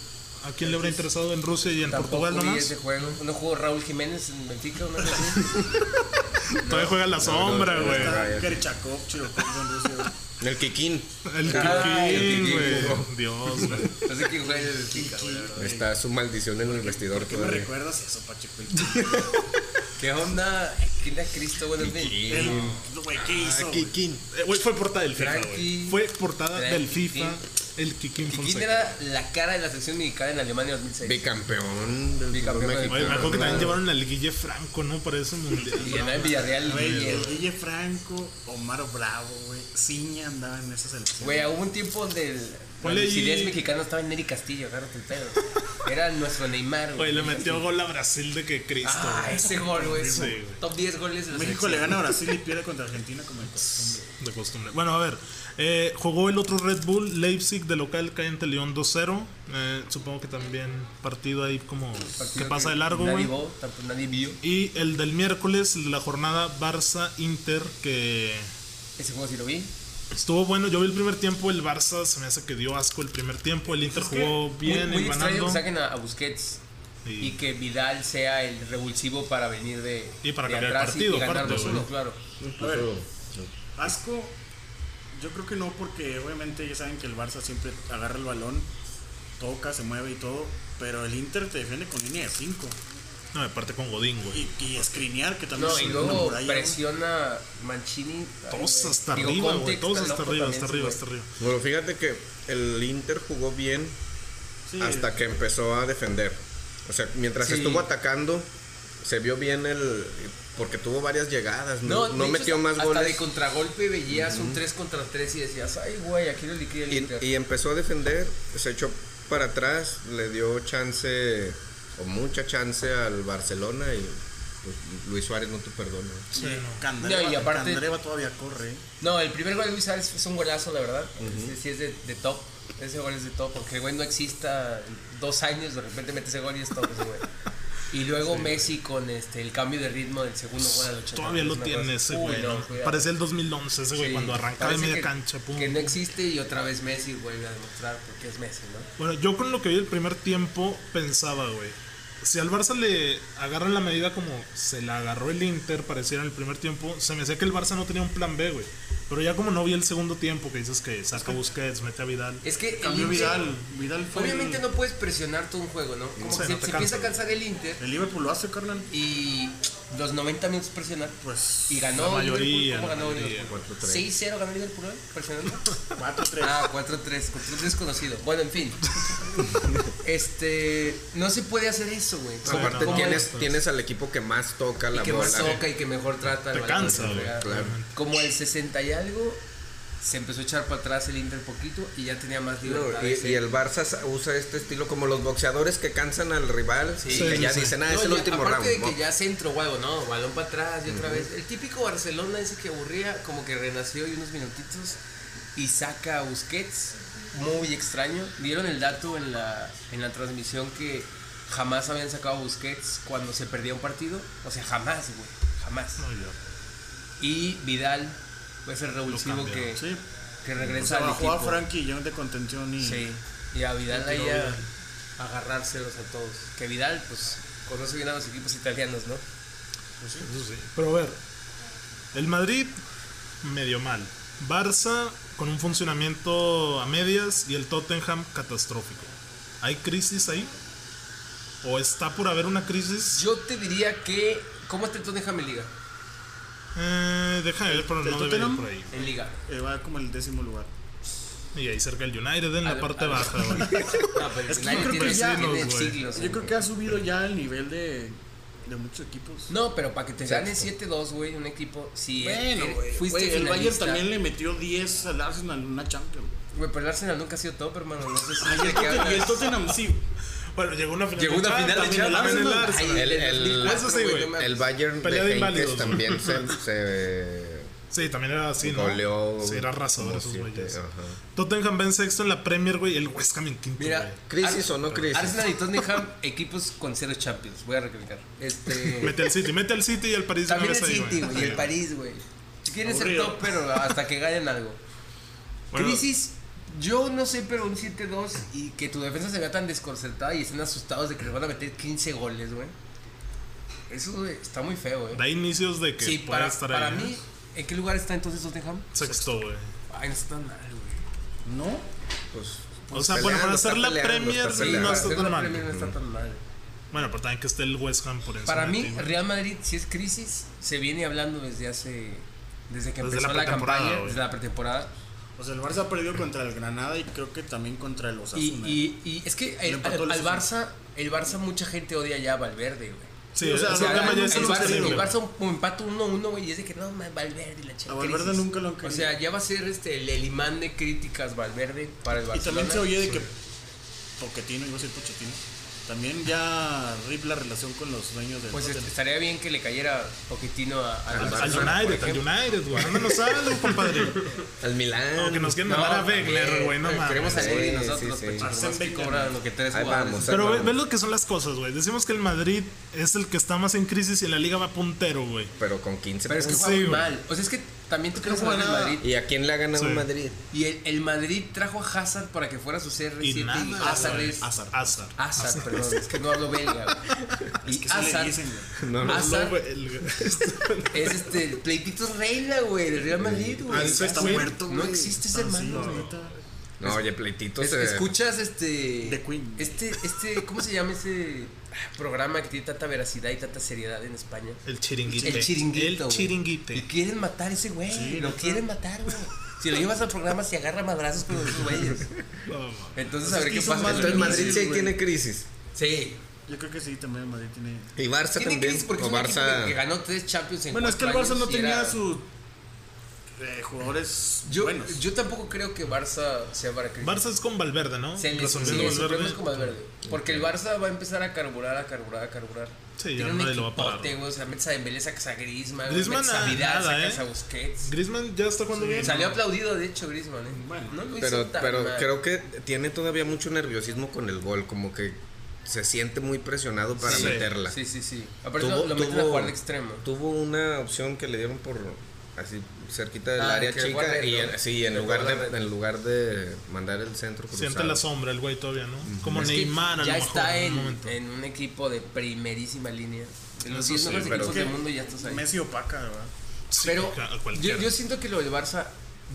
A: a quién le habrá interesado en Rusia y en
C: Tampoco
A: Portugal
C: vi
A: nomás.
C: ese juego. No jugó Raúl Jiménez en Benfica, una cosa así.
A: Todavía juega en
C: Ah,
A: la sombra,
D: no, no,
A: güey.
D: no,
B: Está Kerchakov, Chirokov, en Rusia.
D: El Kikín
A: El
C: Ah, el
A: Kikín,
C: Kikín
A: güey. Dios, güey.
C: No sé quién juega en el Benfica, güey. la verdad.
D: está su maldición en el vestidor.
B: ¿Qué me
D: todavía.
B: recuerdas eso, Pacheco?
C: ¿Qué onda? ¿Quién da Cristo? Buenos días.
B: El, güey, ¿qué hizo? güey?
D: Kikín.
A: Eh, güey, fue portada del FIFA, güey.
C: Tranqui.
A: Fue portada
C: Tranqui,
A: del FIFA
C: Kikín.
A: el Kikín
C: Kikín
A: Fonseca.
C: era la cara de la selección mexicana en Alemania 2006.
D: Bicampeón del
C: Bicampeón
D: fútbol
C: del-
A: Oye, me acuerdo que también
D: Claro.
A: llevaron al Guille Franco, ¿no? Para ese mundial.
C: Ah. Y ganaba en Villarreal.
A: Ah,
B: Güey, el
C: Güey,
B: Guille Franco, Omar Bravo, güey. Ciña andaba en esa selección.
C: Güey, hubo un tiempo donde el la
A: Ponle ahí.
C: lucidez mexicana estaba en Neri Castillo, agárrate el pedo. Era nuestro Neymar,
A: Güey,
C: güey.
A: le metió gol a Brasil de que Cristo,
C: Ah,
A: güey.
C: ese gol, güey.
A: Sí, güey.
C: Top 10 goles de la
B: México le
C: selección.
B: gana a Brasil y pierde contra Argentina como de costumbre.
A: De costumbre. Bueno, a ver. eh, jugó el otro Red Bull, Leipzig de local, cae ante León 2-0. Eh, supongo que también partido ahí como que
C: Partido
A: pasa de largo,
C: Nadie
A: güey.
C: vio, tampoco nadie vio.
A: Y el del miércoles, el de la jornada Barça-Inter, que
C: Ese juego sí lo vi.
A: estuvo bueno. Yo vi el primer tiempo, el Barça se me hace que dio asco el primer tiempo. El Inter jugó bien,
C: muy, muy
A: y
C: extraño
A: ganando.
C: que saquen a, a Busquets y
A: Y
C: que Vidal sea el revulsivo para venir de,
A: Y para
C: de
A: cambiar el
C: atrás
A: partido,
C: y, ganar
A: aparte,
C: 2-1,
A: güey.
C: claro.
B: A ver.
D: Incluso-
B: Asco, yo creo que no, porque obviamente ya saben que el Barça siempre agarra el balón, toca, se mueve y todo, pero el Inter te defiende con línea de 5.
A: no, aparte con Godín, güey.
B: Y, y Skriniar, que también
C: No,
B: es
C: y
B: una
C: luego
B: muralla, güey.
C: presiona Mancini.
A: Todos
C: Ay,
A: hasta
C: güey. Digo,
A: arriba,
C: Conte
A: güey. Todos
C: está
A: hasta
C: loco
A: arriba,
C: también,
A: hasta arriba,
C: güey.
A: hasta arriba.
D: Bueno, fíjate que el Inter jugó bien
B: Sí,
D: hasta que empezó a defender. O sea, mientras
C: Sí.
D: estuvo atacando, se vio bien el. Porque tuvo varias llegadas, no, no
C: de
D: metió
C: hecho,
D: más
C: hasta
D: goles.
C: de contragolpe veías un 3 contra 3 y decías, ay, güey, aquí lo liquida el
D: Y,
C: Inter.
D: y empezó a defender, se echó para atrás, le dio chance, o mucha chance al Barcelona y pues, Luis Suárez no te perdona.
B: sí, Candreva,
C: No, y aparte-
B: Candreva todavía corre.
C: No, el primer gol de Luis Suárez es un golazo, la verdad. Ese sí es de, de top. Ese gol es de top. Porque, güey, no exista en dos años, de repente mete ese gol y es top ese güey. Y luego Messi con este, el cambio de ritmo del segundo gol al 80.
A: Todavía lo
C: Una
A: tiene
C: cosa-
A: ese
C: Uy,
A: güey.
C: no,
A: ¿no?
C: cuidado.
A: Parecía el 2011 ese güey,
C: Sí,
A: cuando arrancaba de
C: parece
A: media
C: que-
A: cancha. Pum.
C: Que no existe y otra vez Messi vuelve a demostrar porque es Messi, ¿no?
A: Bueno, yo con lo que vi el primer tiempo pensaba, güey. Si al Barça le agarran la medida como se la agarró el Inter, pareciera en el primer tiempo, se me decía que el Barça no tenía un plan B, güey. Pero ya como no vi el segundo tiempo, que dices que saca Busquets, mete a Vidal.
C: Es que el
B: Cambió
C: Inter-
B: Vidal. Vidal fue
C: Obviamente
B: el,
C: no puedes presionar todo un juego, ¿no? Como
A: Sí,
C: que se,
A: no te
C: se
A: cansa.
C: empieza a cansar el Inter
B: el Liverpool lo hace, carnal.
C: y los 90 minutos presionar.
B: Pues
C: Y ganó
A: La mayoría,
C: Liverpool, ¿cómo
A: la
C: ganó
A: mayoría.
C: Liverpool?
D: 4-3.
C: 6-0 ganó Liverpool hoy, presionando.
B: 4-3.
C: Ah, 4-3, contra un desconocido. Bueno, en fin. Este, no se puede hacer eso, güey. O sea,
D: Pues Aparte,
C: ¿cómo
D: tienes,
A: entonces.
D: tienes al equipo que más toca
C: y
D: la
C: que
D: bola.
C: más toca y que mejor trata el
A: Te
C: balón,
A: cansa,
C: la
A: güey,
C: fregada.
D: claro.
C: Como el 60 y algo, se empezó a echar para atrás el Inter poquito y ya tenía más libertad.
D: No, y,
C: ese-
D: y el Barça sa- usa este estilo como los boxeadores que cansan al rival
C: Sí.
D: y que
A: Sí,
D: ya
A: sí.
D: dicen, ah,
C: No,
D: es el
C: ya-
D: último
C: aparte
D: round.
C: de
D: ¿no?
C: que ya centro o algo, no, balón para atrás y otra vez. El típico Barcelona ese que aburría, como que renació y unos minutitos y saca a Busquets, muy extraño. Vieron el dato en la, en la transmisión que jamás habían sacado a Busquets cuando se perdía un partido, o sea, jamás, güey, jamás.
A: No, ya.
C: Y Vidal pues el revulsivo
A: cambiaron,
C: que,
B: sí.
C: que
B: O
C: regresa
B: sea,
C: al
B: bajó a
C: equipo.
B: Frankie Young de contención y
C: Sí, y a Vidal ahí
B: Tiró
C: a, a agarrárselos a todos. Que Vidal, pues, conoce bien a los equipos italianos, ¿no?
B: pues
A: Eso sí. Pero a ver, el Madrid medio mal. Barça con un funcionamiento a medias y el Tottenham catastrófico. ¿Hay crisis ahí? ¿O está por haber una crisis?
C: Yo te diría que. ¿Cómo está el Tottenham en Liga?
A: Eh, déjame ver, pero no
B: ¿El
A: debe ir
B: Tottenham?
A: por ahí.
C: En Liga.
B: eh, va como el décimo lugar.
A: Y ahí cerca el United en la
C: Al-
A: parte
C: al-
A: baja, güey.
C: No, pero
B: Es
C: es
B: que
C: que
B: yo creo que
C: tiene,
B: ya-
C: tiene
A: güey.
C: siglos.
B: Yo creo que ha subido ya el nivel de, de muchos equipos.
C: No, pero para que te gane 7-2, güey, un equipo. Si
B: Bueno,
C: eh,
B: güey.
C: fuiste
B: güey, el Bayern
C: finalista-
B: también le metió 10 al Arsenal en una Champions.
C: Güey, pero el Arsenal nunca ha sido top, hermano. No sé si de qué hablas.
B: Y el Tottenham sí.
A: Bueno, llegó una final.
C: Llegó una
A: Ah,
C: final de
A: también el
C: Champions.
A: Arsenal.
C: Ay,
A: Arsenal.
D: El- el-
C: en 2004,
A: Eso sí, güey.
C: no me-
D: El Bayern
A: Pelea
D: de
A: de inválidos.
D: Henkes también se, se,
A: Sí, también era así, ¿no?
D: Goleó
A: sí, era arrasador
D: como
A: esos
D: siete, ah.
A: güeyes.
D: ajá.
A: Tottenham ven sexto en la Premier, güey. El West Ham en quinto,
C: Mira,
A: güey.
D: ¿Crisis o no crisis?
C: Arsenal y Tottenham, equipos con cero Champions. Voy a recalcar. Este,
A: Mete al City, mete al City y al París.
C: también el
A: regresa ahí,
C: City, güey, y el
A: Sí.
C: París, güey. Quieren ser
B: Aburrido.
C: top, pero hasta que ganen algo.
A: Bueno,
C: Crisis, yo no sé, pero un 7-2 y que tu defensa se vea tan desconcertada y estén asustados de que les van a meter 15 goles, güey. Eso güey, está muy feo, güey.
A: Da inicios de que
C: Sí,
A: pueda
C: para,
A: estar
C: para
A: ahí.
C: mí,
A: ¿eh?
C: ¿en qué lugar está entonces Tottenham?
A: Sexto, güey.
C: Ay, no está tan mal, güey.
B: ¿No?
D: Pues,
A: O sea,
D: peleando,
A: bueno, para
D: está
A: hacer la
D: peleando,
A: Premier
D: está
A: no
D: peleando.
A: está
C: Según
A: tan
C: la
A: mal.
C: Premier no está tan mal.
A: Bueno, pero también que esté el West Ham por encima.
C: Para
A: de
C: mí,
A: ti, güey.
C: Real Madrid, si es crisis, se viene hablando desde hace. Desde que
A: Desde
C: empezó
A: la
C: la,
A: pretemporada,
C: campaña,
A: güey.
C: desde la pretemporada.
B: O sea, el Barça ha perdido contra el Granada y creo que también contra el
C: Y,
B: Osasuna.
C: y- y es que el-
B: empató el
C: al, al
B: Osasuna.
C: Barça, el Barça, mucha gente odia ya a Valverde, güey.
A: Sí,
B: o sea,
A: ese
C: O sea,
A: tema ya es
C: el, Barça,
A: insostenible.
C: el Barça un- empata 1-1, güey, y es de que no, man, Valverde, la chica.
B: A Valverde
C: crisis.
B: nunca lo han querido.
C: O sea, ya va a ser este, el, el imán de críticas Valverde para el
B: Y
C: Barcelona.
B: también se oye de que Poquetino, iba a ser Pochettino, también ya rip la relación con los dueños del
C: Pues
B: Tottenham.
C: este, estaría bien que le cayera poquitino a, a-
D: Al
C: al
A: Al
C: Barcelona, por
A: United, al
C: ejemplo.
A: United, güey. Ándanos algo, compadre.
D: al Milán. pues,
A: O que nos quieren
C: No,
A: mandar a
C: güey,
A: Wegler, güey.
D: eh,
A: No mames.
C: Queremos
D: mames,
C: salir
D: güey,
C: y nosotros, pues,
D: sí, sí.
C: sí,
B: Arsène
C: que
B: Wenger.
C: cobran lo que tres
D: Ahí
C: jugadores.
D: vamos,
A: Pero ve,
D: Bueno.
A: ve lo que son las cosas, güey. Decimos que el Madrid es el que está más en crisis y en la liga va puntero, güey.
D: Pero con 15
C: Pero es que
A: Sí,
D: puntos.
C: juegan
A: güey.
C: mal. O sea, es que también tú quieres
B: no
C: jugar en
B: juega
C: Madrid.
B: nada.
D: ¿Y a quién le ha ganado
A: Sí.
D: Madrid?
C: Y el, el Madrid trajo a Hazard para que fuera su CR7.
A: Y nada.
C: Hazard
A: güey.
C: es.
A: Hazard. Hazard.
C: Hazard, perdón, es que no hablo belga.
B: Es
C: güey. Y
B: que sí le
C: Hazard
B: dicen, güey.
D: No, no.
C: Hazard.
A: No, güey, el-
C: es este el pleititos reina, güey, del Real Madrid, güey. Ah,
A: Ah, sí,
B: Está
A: güey.
B: muerto,
C: No
B: güey.
C: existe ese
B: Está así,
C: hermano,
B: güey.
C: neta.
D: No, oye, pleitito
C: Es-
D: se-
C: escuchas este
B: The Queen.
C: este este cómo se llama ese ah, programa que tiene tanta veracidad y tanta seriedad en España
A: El chiringuite.
C: el chiringuito
A: El
C: güey.
A: chiringuite.
C: y quieren matar a ese güey
B: Sí,
C: lo
B: neta.
C: quieren matar güey si lo llevas al programa se agarra madrazos con los güeyes
A: No, mames.
C: entonces a ver qué
B: hizo
C: pasa
B: mal
C: con el
D: Entonces Madrid sí
B: güey.
D: tiene crisis.
C: sí
B: Yo creo que sí, también el Madrid tiene...
D: Y Barça
C: tiene
D: también.
C: crisis porque
D: o
C: es un equipo
D: Barça.
C: que- que ganó tres Champions en
B: Bueno, es que el
C: cuatro
B: Barça no
C: años y
B: tenía
C: era-
B: sus eh, jugadores
C: yo,
B: buenos.
C: yo tampoco creo que Barça sea para crisis.
A: Barça es con Valverde, ¿no?
C: Se les, sí,
A: Resolviendo
C: el problema
A: Valverde.
C: es con Valverde. Porque el Barça va a empezar a carburar, a carburar, a carburar.
A: Sí, ya
C: Tiene un
A: nadie lo va a parar,
C: equipote, güey. O sea, metes a Dembélé, sacas a Griezmann, güey,
A: Griezmann
C: metes a
A: a nada,
C: Vidal, sacas
A: ¿eh?
C: a Busquets.
A: Griezmann ya está jugando bien.
C: Salió aplaudido, de hecho, Griezmann, ¿eh?
B: Bueno,
C: no lo hizo
D: Pero,
C: tan
D: pero
C: mal.
D: creo que tiene todavía mucho nerviosismo con el gol. Como que se siente muy presionado para
A: Sí.
D: meterla.
C: Sí, sí, sí. Aparte
D: Tuvo-
C: lo, lo meten a
D: tuvo-
C: jugar de extremo.
D: Tuvo una opción que le dieron por así cerquita del
C: Ah,
D: área
C: que fue
D: chica
C: adentro.
D: y en- sí, en
C: Que
D: lugar
C: fue
D: de
C: adentro.
D: en lugar de mandar el centro cruzado.
A: Siente la sombra el güey todavía, ¿no? Como
C: Es que
A: Neymar a lo
C: ya
A: mejor.
C: está
A: en un
C: en,
A: momento.
C: en un equipo de primerísima línea. En los
A: Eso
C: 10
A: sí,
C: mejores
D: pero-
C: equipos del mundo ya estás ahí.
B: Messi opaca, ¿verdad?
A: Sí,
C: Pero
A: a
C: yo,
A: cualquiera.
C: yo siento que lo del Barça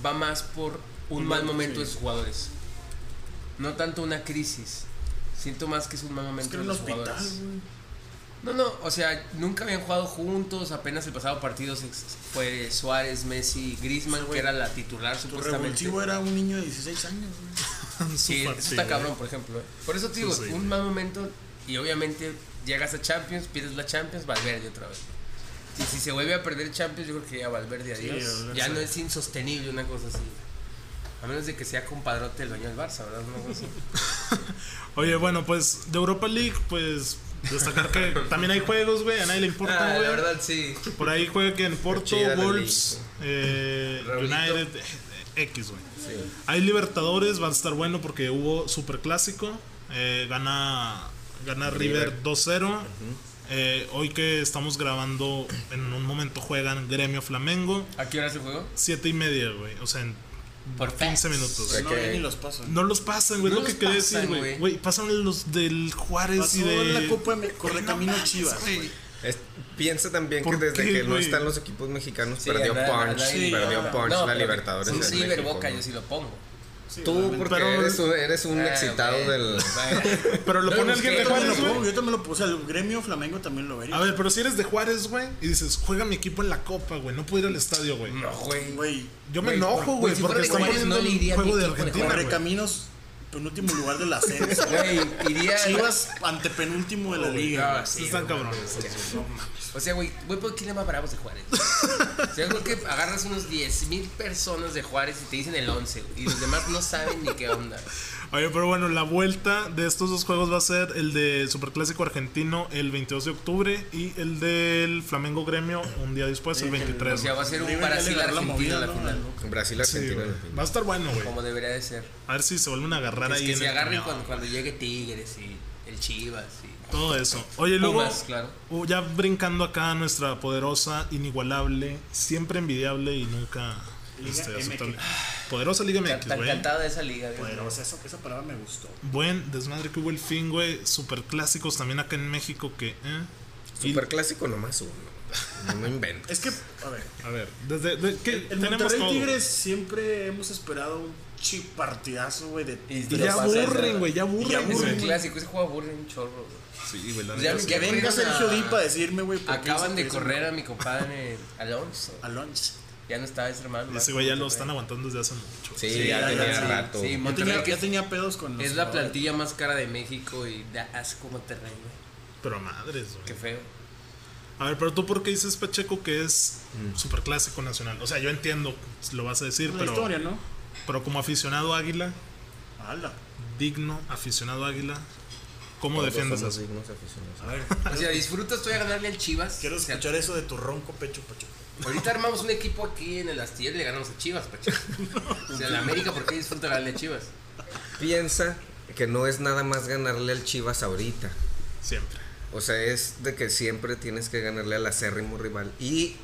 C: va más por un mal momento de sus jugadores. No tanto una crisis. Siento más que es un mal
B: Es
C: momento
B: que era un
C: de los
B: hospital,
C: jugadores.
B: güey.
C: No, no, o sea, nunca habían jugado juntos. Apenas el pasado partido se- fue Suárez, Messi, Griezmann, que era la titular
B: Tu
C: supuestamente.
B: revulsivo era un niño de 16 años, güey.
C: Sí,
A: Su
C: eso
A: partido.
C: está cabrón, por ejemplo. ¿eh? Por eso te digo,
A: Sí, sí,
C: un
A: güey.
C: mal momento y obviamente llegas a Champions, pierdes la Champions, Valverde otra vez. Y si se vuelve a perder Champions, yo creo que ya Valverde,
B: Sí,
C: adiós.
B: Valverde,
C: ya
B: sí.
C: no es insostenible una cosa así. A menos de que sea compadrote el dueño del Barça, ¿verdad? Una cosa así.
A: Oye, bueno, pues de Europa League, pues destacar que también hay juegos, güey. A nadie le importa,
C: Ah,
A: güey.
C: la verdad, sí.
A: Por ahí juega que en Porto,
D: Chida la
A: Wolves, eh,
C: Raulito.
A: United, eh, X, güey. Hay Libertadores, va a estar bueno porque hubo Superclásico. Eh, gana, gana River,
D: River.
A: 2-0. Eh, hoy que estamos grabando, en un momento juegan Gremio Flamengo.
C: ¿A qué hora se jugó?
A: 7 y media, güey. O sea, en
C: Por
A: 15 minutos.
D: Ok.
B: No, ya ni los paso.
A: No los pasan, güey.
C: No
A: es lo que
C: los
A: quería
C: pasan,
A: decir, güey.
C: güey.
A: Güey, pasan los del Juárez
B: Pasó
A: y de.
B: la Copa de Correcamino Chivas, güey.
D: Es- piensa también que
A: ¿Por
D: desde
A: qué,
D: que no
A: güey?
D: están los equipos mexicanos
C: Sí,
D: perdió
C: a nadie- a
D: punch,
C: nadie-
D: perdió
C: no,
D: punch
C: no,
D: la
C: pero
D: Libertadores
C: Un
D: en
C: ciber
D: México,
C: boca,
D: ¿no?
C: yo sí lo pongo.
D: Tú porque
A: Pero-
D: eres, un- eres un
C: Ah,
D: excitado
C: güey.
D: del
C: Bueno.
A: Pero lo
C: No,
A: pone alguien
C: los
A: de
C: que-
B: Yo también
A: Juárez,
B: lo
A: güey.
B: pongo, yo también lo puse. El gremio Flamengo también lo vería.
A: A ver, pero si eres de Juárez, güey, y dices, juega mi equipo en la Copa, güey, no puedo ir al estadio, güey.
C: No, güey.
B: Güey,
A: Yo me
C: Güey,
A: enojo,
C: por-
A: güey,
C: güey, si
A: porque
C: fuera de
A: están
C: Juárez,
A: poniendo
C: no le
A: el
C: iría a
A: juego
C: mi
A: de
C: equipo de
A: Argentina, güey.
B: Correcaminos penúltimo lugar del ascenso.
C: Güey, iría.
B: Chivas antepenúltimo de la liga.
C: No, sí,
A: Están
C: güey.
A: cabrones.
C: O sea, güey, voy por quién más bravos de Juárez. O sea, yo creo que agarras unos 10.000 personas de Juárez y te dicen el 11, güey, y los demás no saben ni qué onda.
A: Oye, pero bueno, la vuelta de estos dos juegos va a ser el de Superclásico Argentino el 22 de octubre y el del Flamengo Gremio un día después, el
C: O
A: 23.
C: sea, va a
A: güey.
C: ser un
B: River ya le ganó la
C: Brasil-Argentina
B: movida,
C: la
B: ¿no?
C: final.
D: Brasil,
A: Sí,
D: Argentina.
A: güey.
D: la final.
A: Va a estar bueno, güey.
C: Como debería de ser.
A: A ver si se vuelven a agarrar
C: Es
A: ahí.
C: que
A: en
C: se
A: el
C: agarren
A: torneo.
C: cuando, cuando llegue Tigres y el Chivas y
A: Todo eso. Oye, luego,
C: Pumas, claro.
A: uh, ya brincando acá a nuestra poderosa, inigualable, siempre envidiable y nunca
B: Liga
A: este,
B: MX.
A: aceptable. Poderosa Liga
C: Tan-
A: MX,
C: Tan
A: güey.
C: cantada de esa liga, güey.
B: Pero, o sea, eso- esa palabra me gustó.
A: Buen desmadre que hubo el fin, güey. Superclásicos también acá en México que... eh. Y-
D: Superclásico nomás uno. No me invento.
B: Es que, a ver,
A: a ver, desde... de- ¿qué?
B: el
A: tenemos
B: Monterrey
A: todo.
B: Tigres siempre hemos esperado un chipartidazo, güey, de
C: Y
A: Y
C: Pero
A: ya
C: pasa esa-
A: aburren, güey, ya aburren,
C: Es
A: güey.
C: un clásico, ese juego aburre un chorro, güey.
D: Sí, güey, la
C: Pues ya
D: neta,
C: me-
D: sí.
B: Que venga
C: corrieron
B: Sergio este,
C: a-
B: Di para decirme, güey, por qué
C: Acaban
B: hizo
C: de
B: eso,
C: correr a
B: güey.
C: mi compadre Alonso.
B: a lunch.
C: Ya no estaba ese hermano.
A: Ese güey ya lo están aguantando desde hace mucho.
D: Sí,
C: Sí,
D: ya
B: ya,
D: tenía
B: ya, sí.
D: rato.
C: Sí,
B: Ya
C: Monterrey
B: tenía,
C: que
B: ya tenía pedos con los
C: es la
B: jugadores.
C: plantilla más cara de México y da asco Monterrey, güey.
A: Pero madres, güey.
C: Qué feo.
A: A ver, pero tú por qué dices Pacheco que es
C: Mm.
A: superclásico nacional. O sea, yo entiendo, lo vas a decir,
B: La
A: pero,
B: historia, ¿no?
A: pero como aficionado águila,
B: Ala.
A: digno aficionado águila, ¿cómo
D: Todos
A: defiendes
D: somos
A: eso?
D: dignos aficionados.
B: A ver,
C: O sea, disfrutas todavía ganarle al Chivas.
B: quiero
C: O sea,
B: escuchar eso de tu ronco pecho, Pacheco.
C: Ahorita armamos un equipo aquí en el astillero y le ganamos a Chivas, Pacheco. O sea, la América, ¿por qué disfruta ganarle a Chivas?
D: Piensa que no es nada más ganarle al Chivas ahorita.
A: Siempre.
D: O sea, es de que siempre tienes que ganarle al acérrimo rival. Y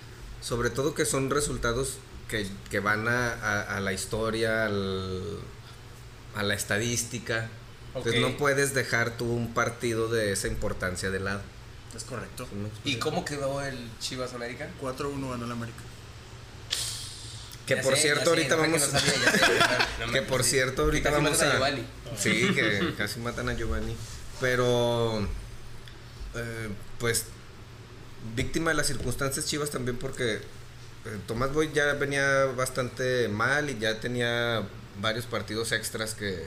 D: sobre todo que son resultados que, que van a, a- a la historia, al- a la estadística. Entonces
C: Ok.
D: no puedes dejar tú un partido de esa importancia de lado.
B: Es correcto.
D: ¿no?
C: ¿Y cómo quedó el Chivas América?
B: 4-1 ganó el América.
D: Que
C: Ya
D: por
C: sé, ya
D: cierto
C: sé,
D: ahorita
C: no fue
D: vamos...
C: Que, no sabía, ya sé, no me-
D: Que por
C: sí.
D: cierto, ahorita
C: Que casi
D: vamos
C: matan
D: a.
C: Giovanni.
D: Sí, que casi matan a Giovanni. Pero. eh, pues. Víctima de las circunstancias chivas también, porque. eh, Tomás Boy ya venía bastante mal y ya tenía varios partidos extras que.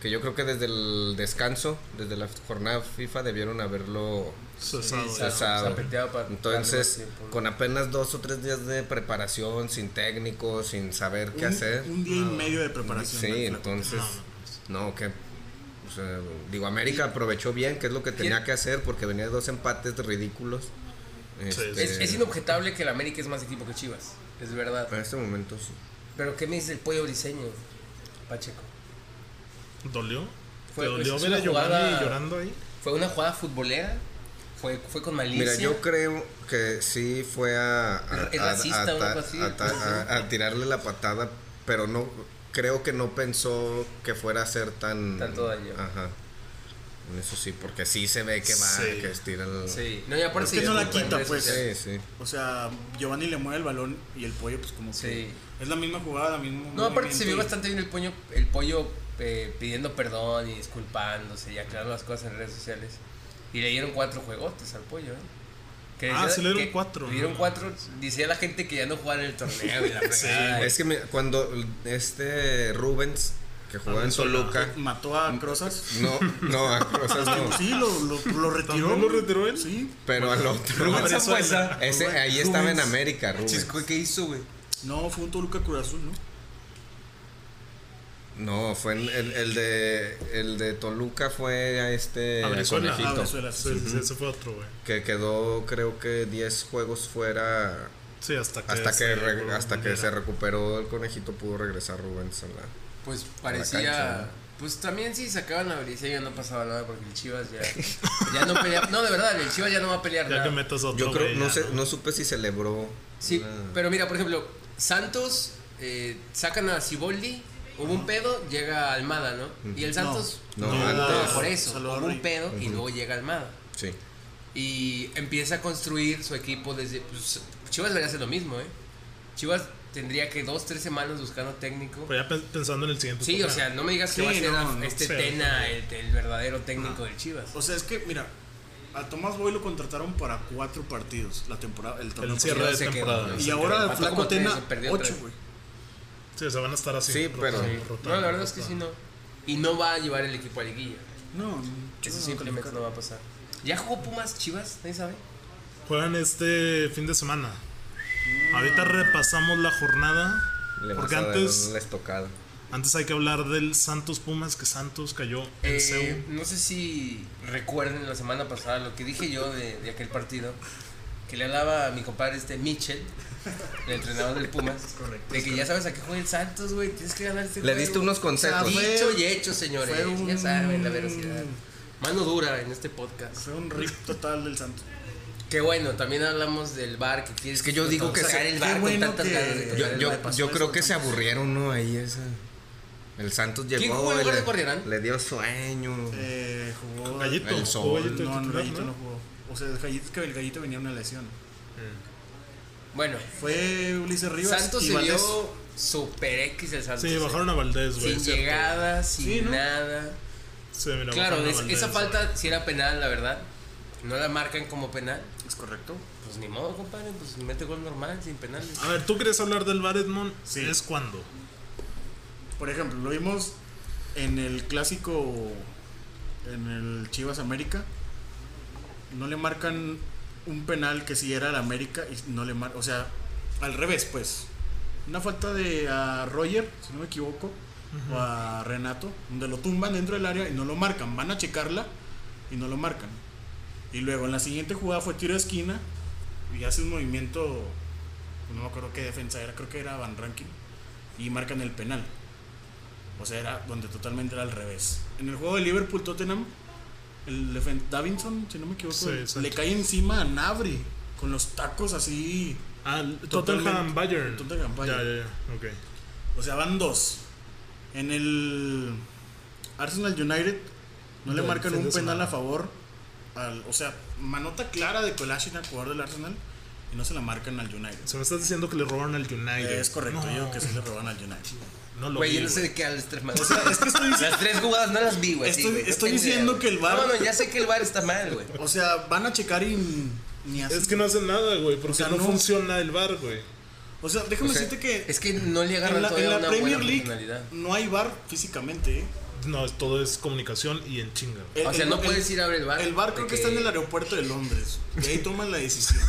D: Que yo creo que desde el descanso, desde la jornada FIFA, debieron haberlo
A: Cesado,
C: Sí,
A: ya.
C: sí,
D: Cesado.
C: zapeteado pa-
D: Entonces,
C: para más tiempo.
D: con apenas dos o tres días de preparación, sin técnico, sin saber qué
B: un,
D: hacer.
B: un día y medio de preparación.
D: Sí,
B: del flaco.
D: entonces.
A: No,
D: No, que. o sea, digo, América aprovechó bien, que es lo que tenía que hacer, porque venía de dos empates ridículos. Este,
C: Es, es inobjetable que el América es más equipo que Chivas. Es verdad.
D: En este momento sí.
C: Pero ¿qué me dice el pollo briseño, Pacheco?
A: ¿Dolió?
C: Fue-
A: ¿Te dolió
C: es
A: ver
C: una
A: a Giovanni
C: jugada-
A: llorando ahí?
C: ¿Fue una jugada futbolera? ¿Fue, fue con malicia?
D: Mira, yo creo que sí fue a. a-
C: Es
D: a-
C: racista
D: a-
C: o algo
D: a-
C: así.
D: a- a- a tirarle la patada, pero no. Creo que no pensó que fuera a ser tan.
C: Tanto daño.
D: Ajá. En Eso sí, porque sí se ve que va,
A: Sí.
D: que estira el.
C: Sí. No, y aparte
B: Es que
C: se
B: no la
C: disculpó en
B: quita,
C: redes
B: pues.
C: sociales.
D: Sí, sí.
B: O sea, Giovanni le mueve el balón y el pollo, pues como
C: Sí.
B: que. Es la misma jugada, mismo.
C: No, aparte
B: movimiento
C: se vio
B: y-
C: bastante bien el pollo, el pollo eh, pidiendo perdón y disculpándose y aclarando las cosas en redes sociales. Y le dieron cuatro juegotes al pollo, ¿eh? Que
A: Ah, sí le dieron
C: que
A: cuatro,
C: Le dieron
A: ¿no?
C: cuatro. Decía la gente que ya no jugaba en el torneo. y la fregada.
D: Es que mira, cuando este Rubens, que jugaba en Toluca,
B: Ah, Mató a Crozas.
D: no, no, a Rosas no,
B: Sí, lo, lo, lo retiró.
A: ¿También lo retiró él?
B: Sí.
D: pero al otro.
A: Rubens Zambuesa.
C: Zambuesa.
D: Ese, ahí estaba en América, Rubens.
C: Chisco, ¿Qué hizo, güey?
B: No, fue un Toluca Cruz Azul, ¿no?
D: No, fue en- el, el de el de Toluca fue a este
A: A Venezuela.
D: conejito,
B: Ah, Venezuela,
A: Sí,
B: sí.
A: sí, ese fue otro, güey.
D: que quedó creo que 10 juegos fuera
A: Sí, hasta que,
D: hasta que
A: se
D: re-
A: volviera.
D: hasta que se recuperó el conejito pudo regresar Rubens a la
C: Pues
D: A la cancha,
C: parecía.
D: ¿no?
C: Pues también si sacaban a Briseño no pasaba nada porque el Chivas ya, ya no pelea. No, de verdad, el Chivas ya no va a pelear
A: Ya que
C: nada.
A: metas a otro,
D: Yo creo
A: güey,
D: no
A: ya,
D: sé no supe si celebró
C: Sí,
D: una-
C: pero mira, por ejemplo, Santos eh, sacan a Ciboldi, hubo un pedo, llega Almada, ¿no? Y el Santos,
D: No,
A: No,
D: antes.
C: no, por eso,
B: Salvador
C: hubo un
B: Rey.
C: pedo y luego llega Almada.
D: Sí.
C: Y empieza a construir su equipo desde... pues, Chivas debería hacer lo mismo, ¿eh? Chivas tendría que dos, tres semanas buscando técnico.
A: Pero ya pe- pensando en el siguiente.
C: Sí, o
A: torneo.
C: sea, no me digas que va a
B: pues, Sí,
C: ser
B: no, no,
C: este
A: sí.
C: Tena el, el verdadero técnico del Chivas.
B: O sea, es que, mira, a Tomás Boy lo contrataron para cuatro partidos la temporada, el torneo.
A: El cierre
C: Chivas
A: de
C: se quedó,
A: temporada.
C: ¿no?
B: pasado.
C: Se
B: y ahora
C: quedó.
B: el
C: Mató como
B: Flaco
C: tres,
B: Tena,
C: perdió
B: ocho,
C: tres.
B: güey.
A: Sí, o sea, van a estar así.
D: Sí, pero-
A: rotando,
D: Sí.
A: rotando,
C: No, la verdad es que sí,
A: rotando.
C: no. Y no va a llevar el equipo a liguilla.
B: No,
C: Eso simplemente no va a pasar. ¿Ya jugó Pumas Chivas? ¿Nadie sabe?
A: Juegan este fin de semana.
C: Mm.
A: Ahorita repasamos la jornada.
D: Le
A: Porque
D: vas a dar
A: antes-
D: una estocada.
A: Antes hay que hablar del Santos Pumas, que Santos cayó en
C: Eh,
A: Seúl.
C: no sé si recuerden la semana pasada lo que dije yo de, de aquel partido. Que le hablaba a mi compadre este Mitchell, el entrenador del Pumas.
B: correcto,
C: de que ya sabes a qué juega el Santos, güey. Tienes que ganar este
D: Le
C: juego.
D: diste unos consejos.
B: fue-
C: Dicho y hecho, señores.
B: fue un-
C: Ya saben la veracidad. Mano dura en este podcast.
B: Fue un rip total del Santos.
C: Qué bueno, también hablamos del bar. Que quieres
D: Es que yo digo que
C: sacar
D: se-
C: el
B: qué
C: bar con
B: bueno
C: tantas
B: que-
C: ganas Eh, de tocar
D: Yo,
C: el
D: yo-
C: bar.
B: pasó
D: yo
B: eso,
D: creo que se
B: entonces.
D: aburrieron, ¿no? Ahí esa. El Santos llegó.
C: ¿Quién jugó en
D: y
C: lugar de
D: le,
C: Gorriarán?
D: le dio sueño.
B: Eh, jugó.
A: Gallito,
D: El
A: jugó
D: Sol.
A: Gallito de
B: No, no, el
A: titular,
B: Gallito
A: ¿no?
B: no jugó. O sea, el Gallito, que el Gallito venía una lesión.
C: Bueno,
B: Fue Ulises Rivas.
C: Santos
B: y
C: se
B: Valdés.
C: vio super X el Santos.
A: Sí,
C: eh.
A: bajaron a Valdés, güey.
C: Sin
A: cierto.
C: llegada, sin
B: Sí, ¿no?
C: nada.
A: Sí, mira,
C: Claro,
A: bajaron a
C: es-
A: Valdés,
C: esa
A: güey.
C: falta si era penal, la verdad. No la marcan como penal.
B: Es correcto.
C: Pues ni modo, compadre. Pues mete gol normal, sin penales.
A: A ver, ¿tú quieres hablar del VAR, Edmond?
B: Sí.
A: ¿Es cuándo?
B: Por ejemplo, lo vimos en el clásico. En el Chivas América. No le marcan un penal que sí era al América. Y no le mar O sea, al revés, pues. Una falta de a Roger, si no me equivoco. O a Renato. Donde lo tumban dentro del área y no lo marcan. Van a checarla y no lo marcan. Y luego en la siguiente jugada fue tiro de esquina. Y hace un movimiento. No me acuerdo qué defensa era. Creo que era Van Rankin. Y marcan el penal. O sea, era donde totalmente era al revés. En el juego de Liverpool Tottenham, el defen- Davinson, si no me equivoco,
A: Sí, exacto.
B: le cae encima a Nabri con los tacos así.
A: Al
B: Totalmente.
A: Tottenham Bayern.
B: Tottenham, Bayern.
A: Ya, ya, ya. Ok.
B: O sea, van dos. En el Arsenal United no le
A: Del
B: marcan
A: fin
B: un
A: de
B: penal
A: semana.
B: a favor. al- o sea, manota clara de Kolashina, jugador del Arsenal, y no se la marcan al United.
A: Se me estás diciendo que le robaron al United.
B: Es correcto,
A: No,
B: yo digo que sí le roban al United.
A: No lo
C: Güey,
A: vi,
C: yo no sé
A: güey.
C: de qué hablas, tres manos. Las tres jugadas no las vi, güey. sí,
B: Estoy-
C: güey, no
B: estoy
C: tengo idea,
B: diciendo
C: güey.
B: que el VAR-
C: No, no, ya sé que el bar está mal, güey.
B: O sea, van a checar y n- ni así.
A: Es que no hacen nada, güey, porque
B: sea,
A: no,
B: no.
A: funciona el VAR, güey.
B: O sea, déjame
D: O sea,
B: decirte que
C: Es que no le agarran
B: en la,
C: todavía
B: en la
C: una
B: Premier
C: buena
B: League
C: personalidad.
B: no hay bar físicamente. ¿eh?
A: No, es- todo es comunicación y en chinga. güey.
B: El-
C: O sea,
B: el-
C: no
B: el-
C: puedes ir a ver el bar.
B: El bar creo que está en el aeropuerto de Londres. Y ahí toman la decisión.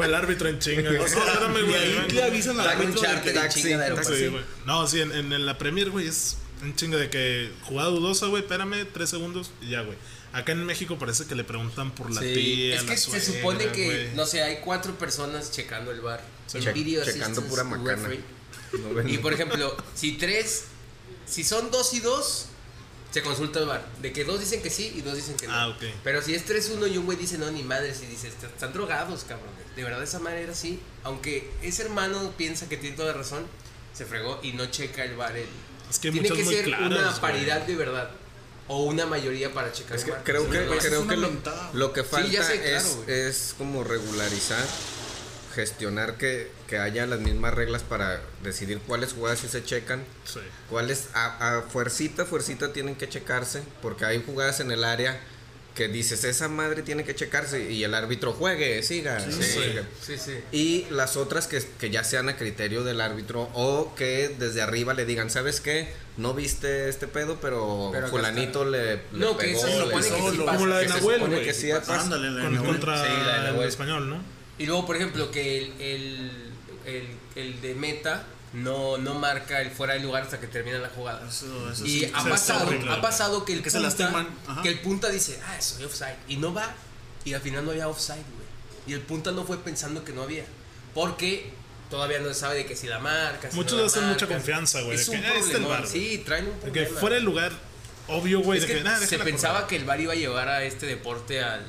A: Va el árbitro en chinga. güey.
B: O sea,
A: No, espérame,
B: y
A: güey,
B: ahí
A: güey.
B: le avisan al
C: Trae un
B: árbitro de
C: charter
B: que-
C: y
D: taxi,
C: chinga de aeropuerto.
A: Sí, güey. No, sí, en, en- en la Premier, güey, es un chingo de que jugada dudosa, güey, espérame tres segundos y ya, güey. Acá en México parece que le preguntan por la
D: Sí.
A: tía,
C: Es
A: la
C: que se
A: suegra,
C: supone que,
A: güey.
C: no sé, hay cuatro personas checando el bar.
A: Sí,
D: Che-
C: Video
D: checando
C: assistance
D: pura macana.
C: referee.
D: No ven-
C: Y por ejemplo, si tres, si son dos y dos, se consulta el bar. De que dos dicen que sí y dos dicen que no.
A: Ah, ok.
C: Pero si es 3-1 y un güey dice no, ni madre, si dices, "Est- están drogados, cabrón. De verdad, esa madre era así. Aunque ese hermano piensa que tiene toda la razón, se fregó y no checa el bar. el-
A: Es que hay
C: Tiene
A: muchas
C: que
A: muy
C: ser una
A: claras, güey.
C: paridad de verdad. O una mayoría para checar
D: Es
C: el
D: que
C: bar.
D: creo
C: Sí,
D: que,
C: no, es-
D: creo
B: es
D: que
B: una
D: lo,
B: mentada.
D: lo que falta
C: ya sé, claro,
D: es,
C: güey.
D: es como regularizar, gestionar que, que haya las mismas reglas para decidir cuáles jugadas sí se checan,
A: Sí.
D: cuáles a, a fuercita, fuercita tienen que checarse, porque hay jugadas en el área que dices, esa madre tiene que checarse y el árbitro juegue, siga,
A: sí.
D: siga.
C: Sí, sí.
D: Y las otras que, que ya sean a criterio del árbitro o que desde arriba le digan, ¿sabes qué? No viste este pedo, pero,
C: Pero acá
D: fulanito le, le
C: No, que
D: pegó,
C: eso se
D: le
C: supone que
D: hizo".
C: sí
B: Como
C: pasa,
A: la de
C: que se
A: Nahuel,
C: supone
A: güey.
C: que sí
D: Ah,
C: pasa.
B: Ándale, la
A: Con-
B: de-
A: contra
C: Sí, la de
A: el
C: Nahuel.
A: español, ¿no?
C: Y luego, por ejemplo, que el, el, el, el de meta no, no marca el fuera de lugar hasta que termina la jugada.
B: Eso- eso
C: y
B: sí,
C: ha
B: eso está
C: pasado,
A: horrible.
C: ha pasado que el
B: Que se
C: punta,
B: lastiman, ajá.
C: que el punta dice, ah, soy offside. Y no va. Y al final no había offside, güey. Y el punta no fue pensando que no había. Porque todavía no sabe de que si la marca. si
A: Muchos
C: no la
A: hacen mucha
C: marca.
A: confianza, güey,
C: Es
A: de
C: un
A: que, "Ah, este el
C: problemón".
A: VAR,
C: Sí, traen un
A: De
C: problema.
A: que fuera el lugar, obvio, güey.
C: Es
A: de
C: que
A: que, "Nah,
C: se
A: déjala
C: pensaba
A: correr".
C: que el VAR iba a llevar a este deporte al,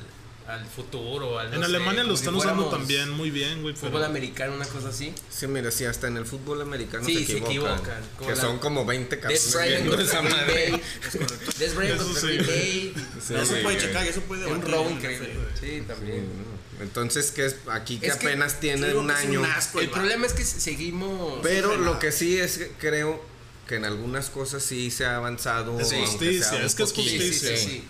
C: al futuro. Al, no
A: En
C: sé,
A: Alemania lo
C: como si
A: están usando
C: fuéramos
A: también muy bien, güey.
C: Fútbol
A: Pero...
C: americano, una cosa así.
D: Sí, mira, sí, hasta en el fútbol americano
C: Sí,
D: se
C: se
D: equivocan.
C: equivocan, como
D: que
C: la-
D: son como 20
C: Death
D: cabrones
C: Brian
D: viendo
C: contra
D: esa
C: Green
D: madre.
C: Bay. Death Brian
A: Eso
C: contra
A: sí,
C: Green
A: güey.
C: Bay.
D: Sí,
B: eso
D: güey,
B: puede
D: que-
B: checar, eso puede
C: Un
B: debatir
C: robo
B: en la
C: increíble.
B: NFL.
C: Sí, también.
D: Entonces, que es aquí que
C: Es que-
D: apenas tienen
B: Digo
D: un
B: que es
D: año.
B: asco el
C: El
B: VAR.
C: problema es que seguimos.
D: Pero
B: nada.
D: lo que sí es que creo que en algunas cosas sí se ha avanzado.
A: Es
D: aunque
A: justicia,
D: sea un
A: es que es
D: poquillo.
C: Sí, sí,
A: justicia.
C: sí, sí.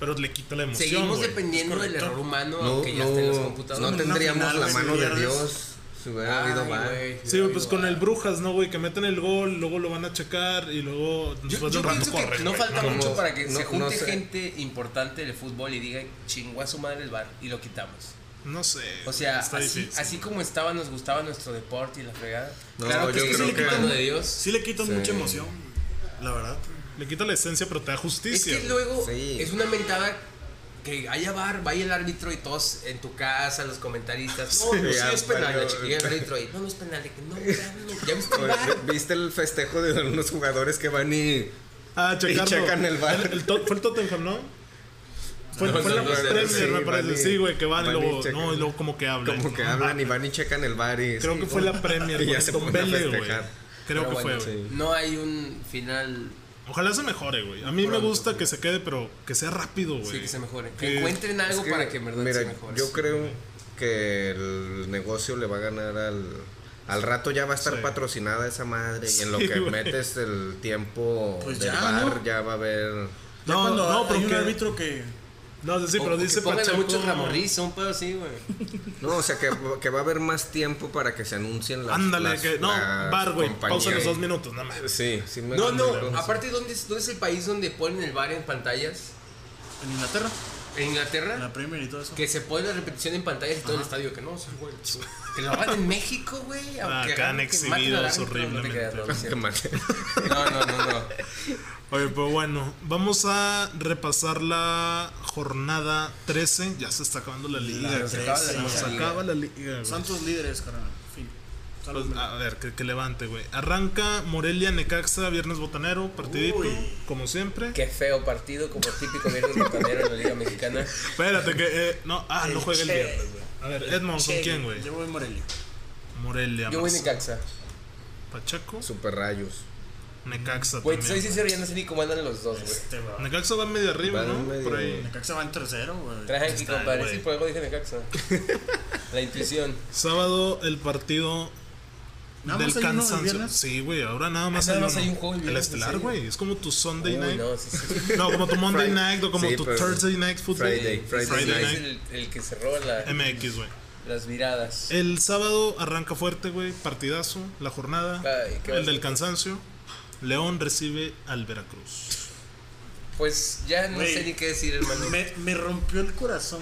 A: pero le quita la emoción,
C: Seguimos
A: güey.
C: dependiendo del error humano,
D: No,
C: aunque ya estén los
D: no, no
C: computadores.
B: te-
D: tendríamos
B: Una final,
D: la
B: güey,
D: mano de
B: pierdes.
D: Dios Si hubiera habido
C: Ay,
D: VAR.
C: güey,
A: Sí, güey, pues
C: hubiera habido
A: con el
C: VAR.
A: Brujas, ¿no, güey? Que meten el gol, luego lo van a checar y luego
C: Yo,
A: después de
C: yo
A: un rato
C: pienso que
A: corren.
C: no
A: güey,
C: falta
D: Como-
C: mucho para que
D: no-
C: se
D: no
C: junte
D: sé.
C: gente importante del fútbol y diga chingó a su madre el bar y lo quitamos.
A: No sé.
C: O sea,
A: está
C: así,
A: difícil.
C: así como estaba, nos gustaba nuestro deporte y la fregada.
D: No,
C: claro que
D: yo
C: sí,
D: creo
C: sí,
D: que-
C: mano de Dios.
B: Sí le quitan
D: Sí.
B: mucha emoción, la verdad.
A: Le quita la esencia, pero te da
C: Es
A: justicia.
C: que luego
D: Sí.
C: es una mentada que haya bar, vaya el árbitro y todos en tu casa, los comentaristas. No,
D: Sí,
C: no, sí,
D: ya,
C: es penal.
D: valió.
C: la chica, Y el árbitro ahí, no, no es penal. de que, No, ya, no, ya viste el
D: Oye,
C: bar.
D: ¿Viste el festejo de unos jugadores que van y.
A: ah, checarlo.
D: Y checan el VAR.
A: El, Tot- fue el Tottenham, ¿no? Fue,
D: No,
A: fue
D: no,
A: la
D: no, no,
A: Premier,
D: sí,
A: me
D: van
A: parece.
D: y-
A: sí, güey, que van, y
D: van y
A: luego,
D: checan.
A: no, y luego como que hablan.
D: Como que
A: ¿no?
D: hablan y van y checan el bar y.
A: Creo que fue la Premier,
D: Y ya
A: güey,
D: se
A: con
D: ponen a
A: Vélez, güey.
D: festejar.
A: Creo
C: Pero
A: que fue,
C: Ah, bueno,
A: güey.
D: sí.
C: No hay un final
A: Ojalá se mejore, güey. A mí me
C: Pronto,
A: gusta
C: güey.
A: que se quede, pero que sea rápido, güey.
C: sí, que se mejore.
A: Que-
C: Que encuentren algo
D: Es que,
C: para que en verdad
D: mira,
C: se mejore.
D: Yo creo que el negocio le va a ganar al. Al rato ya va a estar
A: Sí.
D: patrocinada esa madre. Y en lo
A: Sí,
D: que
A: güey.
D: metes el tiempo
B: Pues
D: del
B: ya,
D: bar,
B: ¿no?
D: ya va a haber.
B: Ya
A: No,
B: cuando
A: no,
B: hay un
A: porque-
B: árbitro que.
A: No, sí,
C: O-
A: pero
C: o que
A: dice
C: pongan a
A: Pacheco.
C: muchos ramorrizo, un pedo así, güey.
D: No, o sea, que, que va a haber más tiempo para que se anuncien las.
A: Ándale,
D: las-
A: que. No,
D: las
A: bar, güey.
D: compañías.
A: Pausa los dos minutos, nada más.
D: Sí, sí me
C: No,
D: acuerdo.
C: no, aparte, ¿dónde es, ¿dónde es el país donde ponen el bar en pantallas?
B: En Inglaterra,
C: ¿En
B: en
C: Inglaterra?
B: la Premier y todo eso.
C: Que se pone la repetición en pantallas y todo el estadio que no, sí, güey. Que lo hagan en México, güey.
A: Ah,
C: aunque
A: acá han
C: hagan que maten al
A: exhibido
C: árbitro,
A: horriblemente.
C: no te creas, no, no es
D: Qué
C: cierto.
D: mal.
C: No, no, no, no.
A: Oye, pues bueno, vamos a repasar la jornada 13. Ya se está acabando la liga.
B: La
A: güey.
C: Se acaba la
B: Sí,
A: Se nos
C: liga.
A: acaba la liga. güey.
B: Santos líderes, carnal. Fin. Salud,
A: Pues, a ver, que, que levante, güey. Arranca Morelia, Necaxa, Viernes Botanero, partidito,
B: Uy.
A: como siempre.
C: Qué feo partido, como típico viernes botanero en la Liga Mexicana.
A: Espérate, que. eh, no, ah, no juega el
B: Che.
A: viernes, güey. A ver, Edmond, ¿con
B: Che,
A: quién, güey?
B: Yo voy en Morelia.
A: Morelia,
C: Yo voy
A: Marce-
C: en Caxa.
A: Pacheco,
D: Super rayos.
A: Necaxa.
C: Güey, te soy
A: también.
C: sincero, ya no sé ni cómo andan los dos, güey.
B: Este, va.
A: Necaxa va medio arriba,
D: Va
A: ¿no?
D: medio-
A: Por ahí.
B: Necaxa va en tercero, güey.
C: Traje aquí,
A: Está,
C: compadre.
A: güey.
C: Sí, por algo dije Necaxa. La intuición.
A: Sábado, el partido
B: Nada
A: del
B: más hay uno el
A: cansancio.
B: viernes.
A: Sí, güey, ahora nada más,
C: nada
A: hay,
C: más
A: uno.
C: hay un juego el
A: El
C: viernes, ¿en
A: estelar,
C: serio?
A: güey. Es como tu Sunday
C: Uy,
A: night.
C: no, sí, sí.
A: No, como tu Monday
D: Friday.
A: night o como
D: Sí,
A: tu
D: pero-
A: Thursday night football.
D: Friday, Friday
A: Friday
C: es
A: night.
C: el, el que se roba la-
A: MX, güey.
C: las miradas.
A: El sábado arranca fuerte, güey. Partidazo, la jornada.
C: Ay, qué
A: el
C: vas-
A: del cansancio. León recibe al Veracruz.
C: Pues ya no
B: Güey.
C: sé ni qué decir, hermano.
B: Me, me rompió el corazón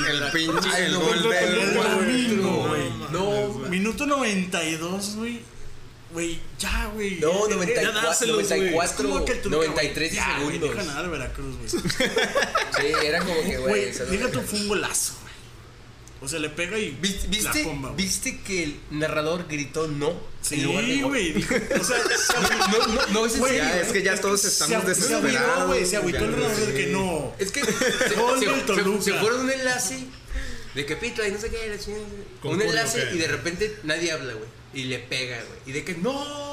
B: el,
D: El
B: Veracruz.
D: pinche
C: Ay,
D: el
C: no,
D: gol
C: no,
D: del
B: no,
D: árbitro,
B: no,
D: güey.
A: mames,
C: no,
A: güey.
B: Minuto 92, güey. Güey, ya, güey.
C: No,
B: Eh, eh,
C: 94,
B: ya dáselos, güey.
C: 94,
B: Es como que el Toluca,
C: 93
B: güey, ya, güey,
C: segundos.
B: Deja ganar a Veracruz, güey.
C: Sí, era como que, güey.
B: Güey,
C: o sea, no-
B: deja tu fue un golazo, güey. O sea, le pega y
C: ¿Viste, viste,
B: la comba, güey.
C: viste que el narrador gritó no? en lugar de
B: Sí,
C: gol?
B: güey. dijo, O sea, se agüitó,
C: No, no, no, es en
B: güey,
C: serio.
D: Ya, es que ya todos estamos
B: se, se agüitó,
D: desesperados.
B: güey. Se agüitó el
D: ya,
B: reloj de que
D: sí.
B: no.
C: Es que se, se-
B: Gol
C: se-
B: del
C: se-
B: Toluca.
C: se fueron un enlace de que pito ahí no sé qué, la chingada,
A: Con
C: un
A: Julio,
C: enlace
A: ¿qué?
C: y de repente nadie habla, güey. Y le pega, güey. Y de que no.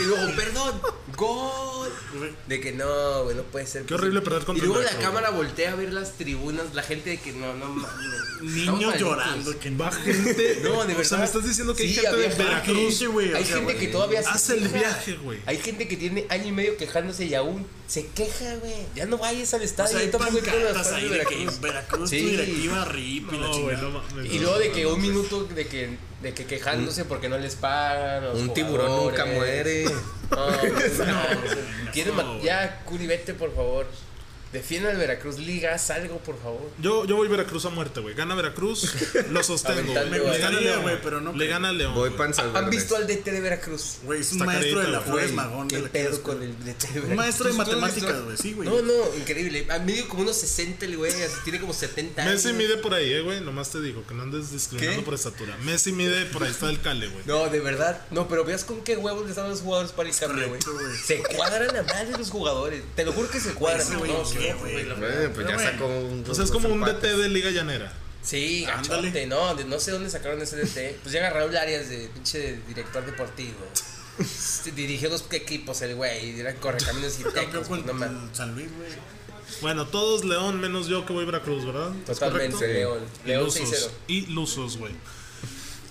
C: Y luego, perdón, gol.
B: Güey,
C: De que no, güey, no puede ser.
A: Qué
C: posible.
A: horrible perder
C: Y
A: contra
C: luego
A: el
C: la
A: Veracruz,
C: cámara voltea a ver las tribunas, la gente de que no, no mames. Estamos
B: Niños
C: malditos.
B: llorando. Que
A: Va gente.
C: No,
A: O
C: de
A: sea,
C: verdad.
A: me estás diciendo que hay
C: Sí,
A: gente de
C: había gente.
A: Veracruz.
B: Gente, güey, o
C: Hay
B: sea,
C: gente
B: güey.
C: que todavía se
A: Hace el
C: queja.
A: viaje, güey.
C: Hay gente que tiene año y medio quejándose y aún se queja, güey. Ya no vayas al
B: O
C: estadio.
B: sea, hay
C: yo tampoco quiero
B: pancartas
C: las cosas
B: ahí de que Veracruz, tu
C: Sí.
B: directiva, RIP y la
A: No, güey, no
B: chingada.
A: mames.
C: Y luego de que un minuto de que, de que quejándose porque no les pagan. los
D: Un tiburón nunca
C: jugadores.
D: muere.
C: No, güey,
B: No,
C: no. Quieren
A: no,
C: mat-
A: güey.
C: Ya, Curi, vete, por favor. Defiende al Veracruz. Liga, algo, por favor.
A: Yo, yo voy Veracruz a muerte, güey. Gana Veracruz, lo sostengo.
C: Aventando,
A: güey.
C: güey.
A: Le gana
B: Gustaría,
A: León,
B: güey, pero no
A: Le
B: creo.
A: gana León.
D: Voy
A: güey.
D: panza
C: ¿Han visto al DT de Veracruz?
B: Güey, es un
A: Está
B: maestro de
A: carita,
B: la
A: güey.
B: Flores
C: Güey,
B: Magón. de
C: ¿Qué
B: la que
C: pedo
B: eres,
C: con el DT de Veracruz?
B: Un maestro de
C: ¿Tú- tú lo has
B: matemáticas,
C: visto?
B: güey, sí, güey.
C: No, no, increíble. A mí como unos 60 el güey, así tiene como 70 años.
A: Messi mide por ahí, eh, güey. Nomás te digo que no andes discriminando
C: ¿Qué?
A: por estatura. Messi mide por ahí está el Cale, güey.
C: No, de verdad. No, pero veas con qué huevos le están los jugadores para el cambio, güey.
B: Correcto, güey.
C: Se cuadran a madre los jugadores. Te lo juro que se cuadran.
B: Ese güey,
C: No,
B: qué,
C: sí,
B: güey,
C: la
B: güey.
C: verdad.
D: pues
B: Pero
D: ya
B: bueno.
D: sacó un.
A: O sea, es como un DT
D: zapatos.
A: de Liga Llanera.
C: Sí,
B: Ándale.
C: gachote, no, de- no sé dónde sacaron ese DT. Pues ya agarraron el Arias de pinche director deportivo. Se Dirigió dos equipos el güey, y eran correcaminos y
B: Campeón
C: tecos,
B: con
C: pues, no mames.
B: con San Luis, güey.
A: Bueno, todos León menos yo que voy Veracruz, ¿verdad? ¿Es correcto?
C: Totalmente, León. León 6-0.
A: Ilusos. Ilusos, güey.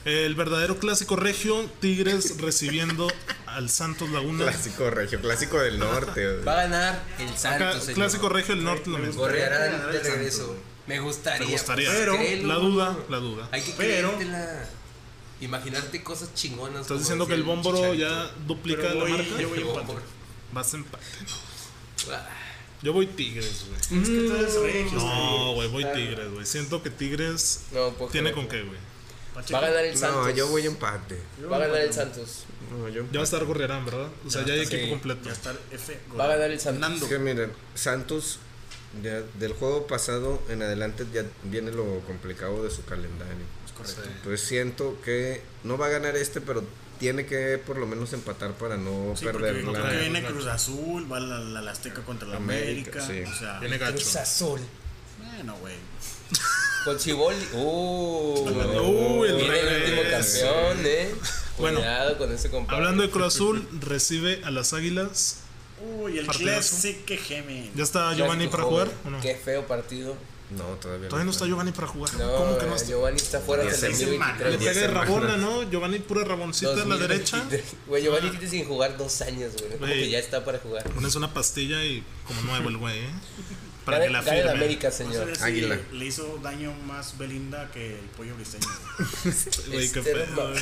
A: El verdadero clásico regio, Tigres recibiendo al Santos Laguna.
D: Clásico regio, clásico del norte. güey.
C: Va a ganar el
A: Acá,
C: Santos. señor.
A: clásico regio del norte, lo mismo.
B: Tiene que ganar
C: Gorrearán de
B: el Santos,
C: regreso.
B: güey.
C: Me gustaría.
A: Me gustaría.
C: pues,
B: Pero,
C: créelo.
A: La duda, la duda.
C: Hay que
B: Pero-
C: creértela.
E: Imaginarte cosas chingonas.
A: ¿Estás
E: como
A: diciendo que
E: decía
A: el Bómboro
E: Chicharito.
A: ya duplica
B: Pero
A: la
B: voy-
A: marca?
B: yo voy
E: El
B: empate.
E: Bómboro.
A: Vas empate.
E: Ah,
A: Yo voy Tigres, güey.
B: Es que tú eres regio,
A: Mm. No, güey, voy Tigres, güey. Siento que Tigres
C: No, puedo
A: tiene
C: creer.
A: con qué, güey.
B: Pacheco.
C: Va a ganar el Santos.
D: No, yo voy empate.
C: Va a ganar el Santos.
D: No, yo
A: Ya va a estar Gorriarán, ¿verdad? O sea, ya hay
D: Sí.
A: equipo completo.
B: Ya está el F.
C: Va a ganar el Santos.
B: Nando.
D: Es que miren, Santos ya del juego pasado en adelante ya viene lo complicado de su calendario.
B: Es correcto.
D: Entonces Pues siento que no va a ganar este, pero tiene que por lo menos empatar para no
B: Sí, porque
D: perder
B: creo
D: la
B: que viene
A: claro.
B: Cruz Azul, va la, la, la Azteca contra la
D: América,
B: América.
D: sí.
B: O sea,
A: Viene gacho.
C: Cruz Azul.
B: bueno, güey.
C: Con Chiboli. Uh,
A: Uy, el
C: viene el
A: revés.
C: último campeón, eh.
A: Bueno,
C: Cuidado con ese compadre.
A: Hablando de Cruz Azul, recibe a las Águilas.
B: Uy, el
A: Partidazo.
B: Classic Gemen.
A: ¿Ya está Giovanni
C: Clásico
A: para
C: joven.
A: jugar o no?
C: Qué feo partido.
D: No, todavía
A: Todavía no está Giovanni para jugar.
C: No,
A: ¿Cómo que no está?
C: Giovanni está fuera
D: Ya
C: del
D: se
A: Le
C: 2023.
D: diez
A: pega de Rabona,
D: semanas.
A: ¿no? Giovanni, pura Raboncita a la derecha.
C: 2023. Güey, Giovanni tiene sin jugar dos años, güey. Como
A: Güey.
C: que ya está para jugar.
A: Pones una pastilla y como nuevo el güey, ¿eh? Para
C: Gana-
A: que la
C: gana el
A: firme. Pues
C: América,
B: No sabía
C: señor.
B: si
D: Águila.
B: Le hizo daño más Belinda que el pollo briseño.
A: Güey, qué
C: Este
A: pedo,
C: no-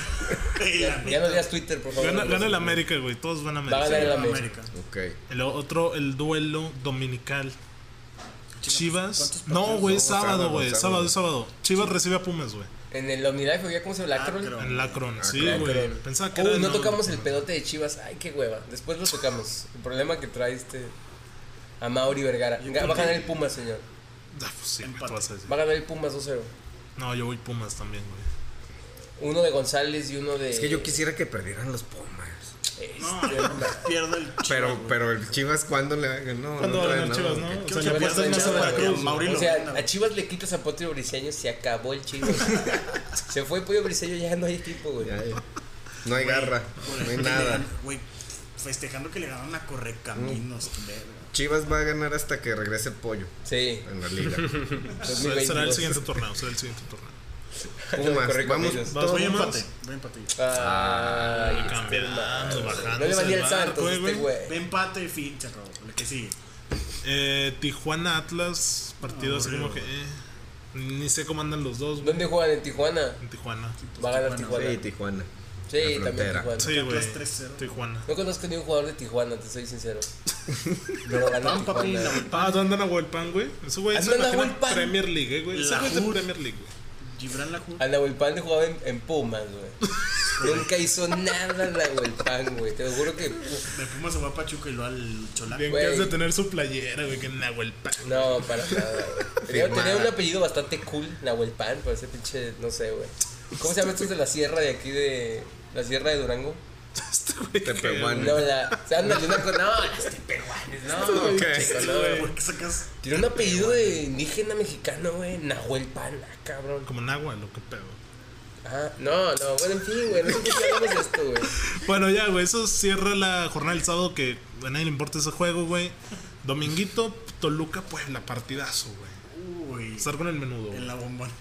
A: güey.
C: Ya no leas Twitter, por favor.
A: Gana, gana el América, güey. Todos van a
C: Va a
A: América.
C: ganar el América.
B: América.
D: Ok.
A: El otro, el duelo dominical. Chivas.
B: ¿Cuántos
A: No, güey, es
D: No,
A: sábado,
D: sábado,
A: güey.
D: sábado.
A: Sábado, es sábado. Chivas recibe a Pumas, güey.
C: En el Omnilife, güey, ¿cómo se llama? Lacron.
B: Lacron.
A: En Lacron, sí,
D: Lacron.
A: güey. Pensaba que
C: Uy,
A: era de
C: no
A: nuevo.
C: tocamos el pedote de Chivas. Ay, qué hueva. Después lo tocamos. El problema que trae este. A Mauri Vergara.
B: Yo
C: Ga- Va
B: creo
C: a ganar
B: que-
C: el Pumas, señor.
A: Ah, pues sí, güey, tú
B: Empate.
A: vas a decir.
C: Va a ganar el Pumas 2-0.
A: No, yo voy Pumas también, güey.
C: Uno de González y uno de.
D: Es que yo quisiera que perdieran los Pumas.
C: Este,
B: No, pierdo el Chivas,
D: Pero,
B: güey.
D: pero el Chivas, ¿cuándo le va a ganar? No,
A: ¿Cuándo va a
D: trae
A: ganar
D: nada,
A: Chivas, no?
D: ok.
A: O sea,
C: Chivas
A: le
C: está
A: pierden más a
C: echando la
A: Veracruz.
B: verga, Mauri.
C: O
B: Abrilo,
C: sea,
B: venga,
C: a Chivas le quitas a Potro Briseño, se acabó el Chivas. se fue Pollo Briseño, ya no hay equipo, güey.
D: Ya, ya. No hay garra,
B: Por
D: no hay
B: ejemplo, le
D: nada.
B: gan- Güey, festejando que le ganaron a
C: Mm.
B: Correcaminos. verga.
D: Chivas va a ganar hasta que regrese el pollo
C: Sí,
D: en la liga.
C: 2022.
A: Será el siguiente torneo, será el siguiente torneo.
D: Pumas,
C: Correcto,
D: vamos
A: Vas,
C: amigos.
D: todos
B: Voy a
A: Pumas.
B: empate. Voy a empate.
C: Ay, este
A: Cambiando,
C: mal.
A: bajando.
C: No le valía el Santos este
B: Ve
C: güey.
B: empate y fin, se acabó. El que sigue.
A: Eh, Tijuana Atlas, partido así como que.
B: Aburrido.
A: eh, ni sé cómo andan los dos, güey.
C: ¿Dónde juegan? ¿En Tijuana?
A: En Tijuana.
C: Va a ganar
D: Sí,
C: Tijuana.
D: Tijuana.
C: Sí,
D: La
C: también
D: frontera.
C: Tijuana.
A: Sí, güey.
B: Atlas 3-0.
A: Tijuana.
C: No conozco ni un jugador de Tijuana, te soy sincero. Pero ganó
B: Pan, papi,
C: Tijuana.
B: la-
A: Ah, ¿dónde anda Huelpan, güey? Eso, güey, se
C: Andan a
A: imagina
C: Huelpan.
A: Premier League, eh, güey. Ese
B: La
A: güey es de
B: Jud.
A: Premier League, güey.
B: Gibran la jugó.
C: Anahuelpan jugaba en, en Pumas, güey. Nunca hizo nada Anahuelpan, güey. Te lo juro que. uf,
B: De Pumas se va a Pachuca y lo al Cholaco.
A: Bien
C: Güey.
A: que has de tener su playera, güey, que en Nahuelpan.
C: No, para nada, güey. Tenía,
D: Firmada.
C: tenía un apellido bastante cool, Nahuelpan, por ese pinche, no sé, güey. ¿Cómo se llama estos de la sierra de aquí de. La sierra de Durango?
A: Este güey.
D: Tepehuán.
C: No, la. Se andan una con. No, las tepehuanes, no.
D: Ok.
C: chico, no.
B: ¿Por qué sacas?
C: Tiene un apellido de indígena mexicano, güey. Nahuelpan, ah, cabrón.
A: Como Nahual, lo que pedo.
C: Ah, no, no, bueno, en fin, güey. No sé por qué hablamos de esto, güey.
A: Bueno, ya, güey, eso cierra la jornada del sábado que a nadie le importa ese juego, güey. Dominguito, Toluca, pues la partidazo, güey.
B: Uy.
A: Estar con el menudo. güey.
B: En la bombona.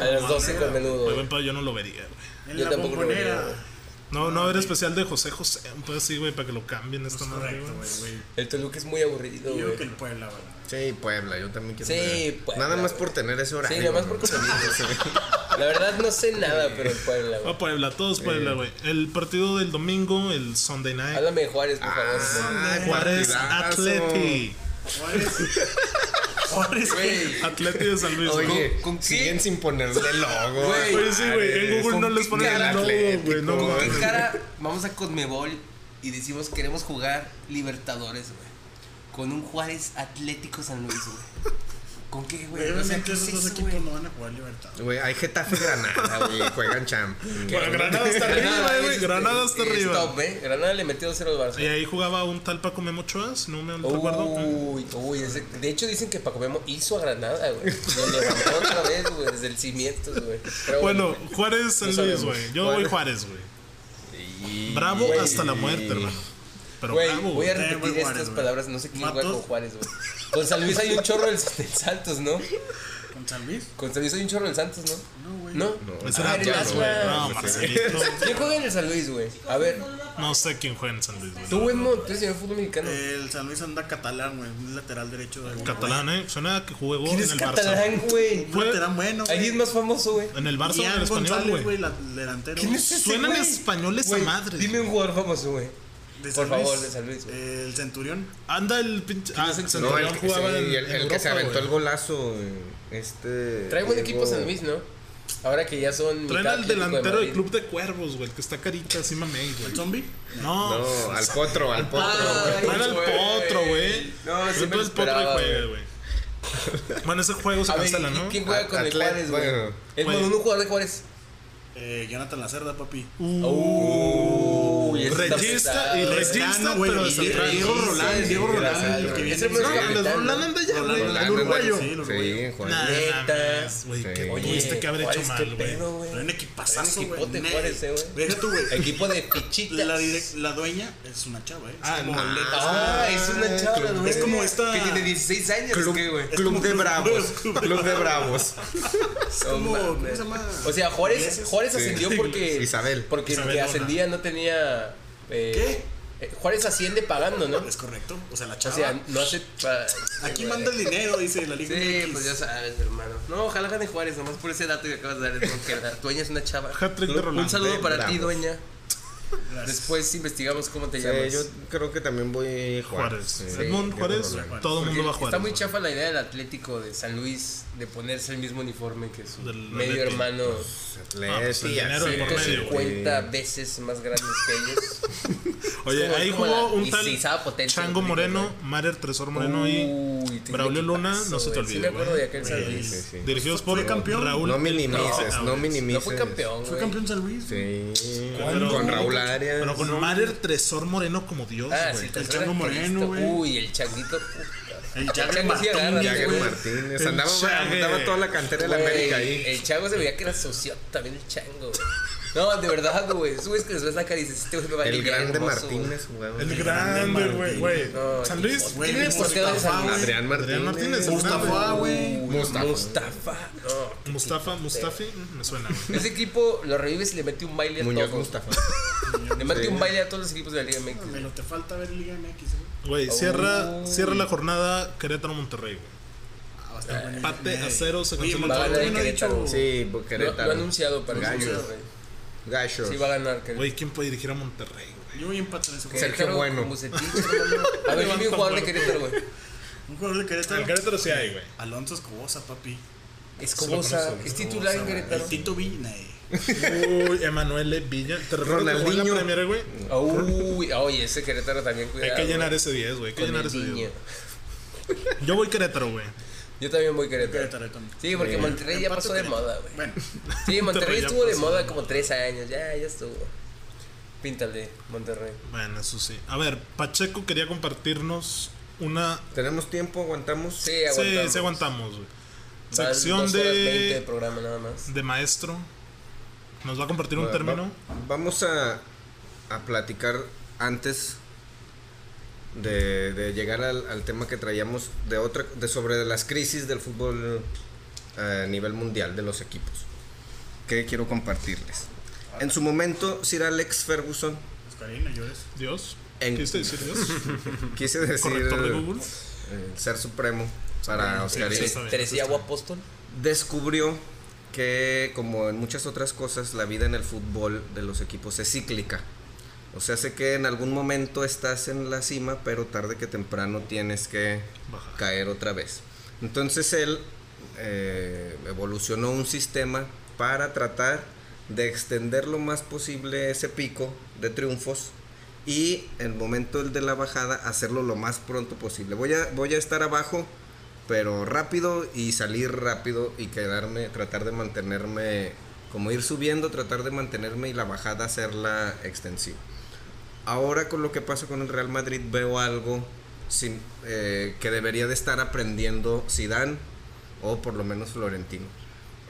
C: A las 12 con menudo.
A: Muy
C: güey.
A: buen pedo, yo no lo vería, güey.
B: En
C: Yo
B: la
C: tampoco lo veo.
B: bombonera.
A: No, no, era especial de José José, un pedo así, güey, para que lo cambien
B: Es
A: esta madre,
B: Pues correcto,
A: güey.
B: güey, güey.
C: El Toluca es muy aburrido,
B: Yo
C: güey.
B: creo que el Puebla, güey.
D: Sí, Puebla, yo también quiero
C: Sí,
D: ver.
C: Puebla,
D: Nada más por
C: güey.
D: tener ese horario.
C: Sí, nada más por
D: ¿no?
C: convivir. La verdad no sé nada, pero el Puebla, güey.
A: Va Puebla, todos Puebla, güey. El partido del domingo, el Sunday night.
C: Háblame de Juárez, por favor. güey.
D: Ah,
A: Juárez
D: partidazo.
A: Atleti.
B: Juárez. Juárez.
C: Güey,
A: Atleti de San Luis, güey.
D: Oye,
C: ¿Con qué?
D: siguen sin ponerle logo.
C: Güey.
A: Oye, sí, güey, en Google
D: Con
A: no les
D: qué
A: ponen
D: cara
A: el logo, güey, no
D: Atlético,
C: ¿Con qué
A: mames.
C: Pues, cara vamos a Conmebol y decimos queremos jugar Libertadores, güey? Con un Juárez Atlético San Luis, güey. ¿Con qué, güey? O sea,
B: Obviamente
C: ¿qué es
B: esos dos
C: eso,
B: equipos
C: güey?
B: no van a jugar libertad.
D: Güey, hay Getafe Granada, güey, juegan champ.
A: Bueno, Granada está arriba,
C: es
A: güey.
C: este,
A: Granada está
C: es
A: arriba.
C: top, eh. Granada le metió 2-0 al
A: Y
C: Barça.
A: ahí jugaba un tal Paco Memo Ochoa, si no me recuerdo.
C: Uy, uy, ese- de hecho dicen que Paco Memo hizo a Granada, güey. Lo levantó otra vez, güey, desde el cimientos, güey. Pero
A: Bueno, Juárez San
C: No
A: Luis,
C: sabemos.
A: güey. Yo
C: Juárez.
A: voy Juárez, güey. Bravo hasta la muerte, hermano. pero
C: Güey,
A: bravo.
C: voy a
A: güey.
B: güey.
C: repetir
B: Muy Juárez,
C: estas
B: güey.
C: palabras, no sé quién juega
B: Matos.
C: con Juárez, güey. Con San Luis hay un chorro del, del Santos, ¿no?
B: ¿Con San Luis?
C: Con San Luis hay un chorro del Santos, ¿no?
B: No, güey.
C: ¿No?
A: Ese era
C: Ah, eres
A: Atlas,
C: Atlas.
A: güey. No, Marcelito.
C: ¿Quién juega en el San Luis, güey? A ver,
A: No sé quién juega en San Luis, güey.
C: tú, güey, Mo, tú eres señor fútbol mexicano.
A: Eh,
B: El San Luis anda catalán, güey. Un lateral derecho. De
A: Catalán, ¿eh? Suena que jugó
C: ¿Quién
A: en
C: es
A: el Barça.
C: catalán, güey?
B: Un lateral bueno. güey.
C: Alguien más famoso, güey.
A: En el Barça o en
B: Ian
A: el
B: González,
A: español,
B: güey,
A: güey.
B: la- delantero.
C: ¿Quién es ese,
A: Suenan
C: güey?
A: españoles a
C: Güey,
A: madre.
C: Dime un jugador famoso, güey.
B: De
C: Por
B: San
C: favor,
B: Luis.
C: de San Luis, güey.
B: El Centurión.
A: Anda el pinche. Ah, el
D: No, el,
A: Centurión
D: que-
A: jugaba
D: sí,
A: en,
D: el- el
A: en
D: que se
A: Europa,
D: aventó
A: güey.
D: el golazo. Este.
C: Trae buen equipo
D: Diego-
C: San Luis, ¿no? Ahora que ya
A: Traen
C: son. mitad
A: al
C: Atlético de
A: delantero del
C: Madrid.
A: Club de Cuervos, güey. El que está carita, así mamey,
B: ¿El
A: güey.
B: zombie?
A: No,
D: No, al potro, al potro.
C: Ah,
D: güey.
A: traen al
C: güey.
A: potro, güey.
D: No,
A: Pero
D: sí me
A: no
D: lo
A: es potro
D: esperaba,
A: que juegue, güey. Bueno, ese juego se
C: A ver,
A: cancela, ¿no?
C: ¿Quién juega con el
D: Atlet-
C: Juárez, güey?
D: bueno.
C: Es
A: Güey.
C: bueno, un jugador de Juárez.
B: Eh, Jonathan Lacerda, papi.
C: Uh,
A: Uh.
C: Uy, ese está
A: Regista
C: pesado.
A: y
B: Lescano,
A: regista,
B: güey,
A: pero de
B: y
A: central.
B: Diego Rolán,
C: Sí,
B: Diego
C: sí,
B: Rolán,
D: sí,
B: el que
D: sí,
B: viene
C: sí,
B: en
C: sí,
B: el
C: sí,
B: América.
C: sí, sí,
A: Rolán anda ya, güey.
B: Rolán,
A: El
D: Rolando,
A: uruguayo.
D: Sí, el
B: uruguayo.
D: Juan.
A: Nah,
C: Neta.
A: mames, pues, güey.
D: Sí.
A: ¿Qué
D: Oye,
A: tuviste que haber hecho
C: Juárez,
A: mal,
C: qué
A: güey?
C: este pedo, güey.
B: Pero un equipazazo,
C: Un
B: güey.
C: equipote
B: Nel.
C: Juárez, eh, güey.
B: Deja tú, güey.
C: Equipo de pichitas.
B: La, direc- la dueña es una chava, ¿eh? Es
A: Ah,
B: como-
A: no.
C: Ah, es una chava, güey.
B: Es como esta-
C: Que tiene 16 años,
D: Club,
C: ¿qué, güey?
D: Club de Bravos.
B: Club de-
D: Club de Bravos.
B: es como-
C: No
B: ¿Cómo
C: mames.
B: se llama?
C: O sea, Juárez,
B: Ingleses.
C: Juárez
D: Sí.
C: ascendió porque.
D: Isabel.
C: Porque el
A: Isabel
C: que
A: Lona.
C: ascendía no tenía. eh, eh, Juárez asciende pagando, ¿no?
B: Es correcto. O sea, la
C: O
B: chava.
C: sea, no hace. pa-
B: Aquí manda el dinero, dice la Liga.
C: Sí,
B: MX.
C: pues ya sabes, hermano. No, ojalá gane Juárez, nomás por ese dato que acabas de dar. ¿no? Que la dueña es una chava.
A: Hat-trick de Rolando.
C: Un saludo para ti,
D: Bravo.
C: dueña.
B: Gracias.
C: Después investigamos cómo te
D: Sí,
C: llamas.
D: Eh, yo creo que también voy
A: Juárez.
D: Juárez. Sí,
A: Edmond
D: Diego
A: Juárez,
D: Rolán.
A: todo el
C: Porque
A: mundo va a Juárez.
C: Está muy
A: güey.
C: chafa la idea del Atlético de San Luis de ponerse el mismo uniforme que su
A: Del
C: medio
A: Atlético.
C: hermano.
D: Atleti,
A: Ah, pues, el dinero
D: así,
A: de por medio, güey.
C: 150 veces más grandes que ellos.
A: Oye,
C: como-
A: ahí
C: como
A: jugó
C: la-
A: un
C: y
A: tal
C: sí, estaba potente,
A: Chango
C: güey,
A: Moreno,
C: güey. Uh,
A: Marer Tresor Moreno y
C: Uy, tiene
A: Braulio
C: equipazo,
A: Luna, no se te
C: güey. Sí,
A: olvide,
C: me acuerdo
A: güey.
C: de aquel San Luis.
D: Sí, sí.
A: dirigidos por
B: ¿Fue campeón?
A: Raúl.
D: No minimices,
A: No,
D: no
C: No
D: minimices.
C: fue campeón,
B: Fue
C: güey.
B: campeón San Luis.
D: Sí.
A: Pero-
D: con Raúl Arias.
A: Pero con Marer Tresor Moreno como Dios,
C: Ah,
A: güey.
C: sí,
B: El
C: tercero
B: Chango
C: colista.
B: Moreno, güey.
C: Uy, el changuito. puta.
B: El Jagger
C: Chango sí agarra,
B: Martínez,
D: Jagger
C: güey.
D: Martínez.
A: El
D: Andaba,
A: Jagger.
D: andaba toda la cantera de la
C: Güey,
D: América ahí.
C: El chango se veía que era socio también el chango. güey. No, de verdad, güey. Subes que les ves la cara y dices, este güey me va a
D: El
C: ligar
D: grande
C: hermoso, güey.
D: Martínez, jugaba.
A: El grande, güey, güey.
C: No,
A: San
C: qué
A: Luis,
C: cosa.
A: güey.
B: Güey,
C: ¿Quién es portero de San Luis?
D: Adrián Martínez.
A: Adrián Martínez, el
B: Mustafa,
A: grande.
B: güey.
D: Mustafa.
C: Mustafa. No.
A: Mustafa, Mustafi, mm, me suena. güey.
C: Ese equipo lo revives y le mete un baile a
D: Muñoz
C: todos.
D: Mustafa.
C: Le mete
D: Sí.
C: un baile a todos los equipos de la Liga MX.
B: Pero te falta ver Liga eh. MX, güey.
A: Güey,
C: Oh.
A: cierra, cierra la jornada Querétaro-Monterrey, güey.
B: Ah, va a estar bueno.
A: Empate a cero, se
B: Oye,
A: cancela
C: va a
B: Monterrey
C: ganar
B: no ha
C: el Querétaro.
B: dicho...
D: Sí, bo-
C: Lo, lo
D: Querétaro.
C: ha anunciado para el
D: Gallos.
C: futuro, güey.
D: Gallos.
C: Sí va a ganar. que-
A: Güey, ¿quién puede dirigir a Monterrey, güey?
B: Yo voy a empatar eso, güey.
D: Sergio
C: Querétaro
D: Bueno.
C: con Bucetich, hermano. A ver, dime un jugador de Querétaro, güey.
B: Un jugador de Querétaro.
A: El Querétaro sí hay, güey.
B: Alonso Escobosa, papi.
C: Escobosa. Es titular en Querétaro.
B: El Tito Vina. eh.
A: Uy, Emanuele Villa. Te recuerdo que jugó en la
D: Ronaldinho.
A: Premier, güey.
C: Uy, oye, ese Querétaro también cuidado.
A: Hay que
C: güey,
A: llenar ese 10, güey. Hay que
C: con
A: llenar
C: el
A: ese
C: niño.
A: 10. Yo voy Querétaro, güey.
C: Yo también voy Querétaro.
B: Querétaro también.
C: Sí, porque Monterrey ya
B: Empate
C: pasó de
B: Querétaro.
C: moda, güey.
B: Bueno,
C: Sí, Monterrey
A: ya
C: estuvo de
A: pasó
C: moda como tres años, ya, ya estuvo. Píntale, Monterrey.
A: Bueno, eso sí. A ver, Pacheco quería compartirnos una.
D: Tenemos tiempo, aguantamos.
C: Sí,
A: Sí,
C: aguantamos.
A: sí, aguantamos, güey.
C: Van
A: Sección
C: dos horas veinte de
A: de,
C: programa nada más.
A: de maestro. ¿Nos va a compartir un
D: Va-
A: término?
D: va- vamos a, a platicar antes de, de llegar al, al tema que traíamos de otra de sobre las crisis del fútbol eh, a nivel mundial de los equipos. Que quiero compartirles. En su momento, Sir Alex Ferguson,
B: Oscarina, llores.
A: Dios.
D: En-
A: ¿Quisiste decir Dios?
D: quise decir
A: Corrector de Google.
D: el ser supremo para Oscar
A: sí,
D: Iris.
A: está bien, eso
C: Teresía
A: está bien.
C: Apóstol.
D: descubrió que, como en muchas otras cosas, la vida en el fútbol de los equipos es cíclica. O sea, sé que en algún momento estás en la cima, pero tarde que temprano tienes que
A: Bajar.
D: caer otra vez. Entonces él eh, evolucionó un sistema para tratar de extender lo más posible ese pico de triunfos y el momento de la bajada hacerlo lo más pronto posible. Voy a, voy a estar abajo, pero rápido y salir rápido y quedarme, tratar de mantenerme, como ir subiendo, tratar de mantenerme y la bajada hacerla extensiva. Ahora con lo que pasa con el Real Madrid veo algo sin- eh, que debería de estar aprendiendo Zidane o por lo menos Florentino.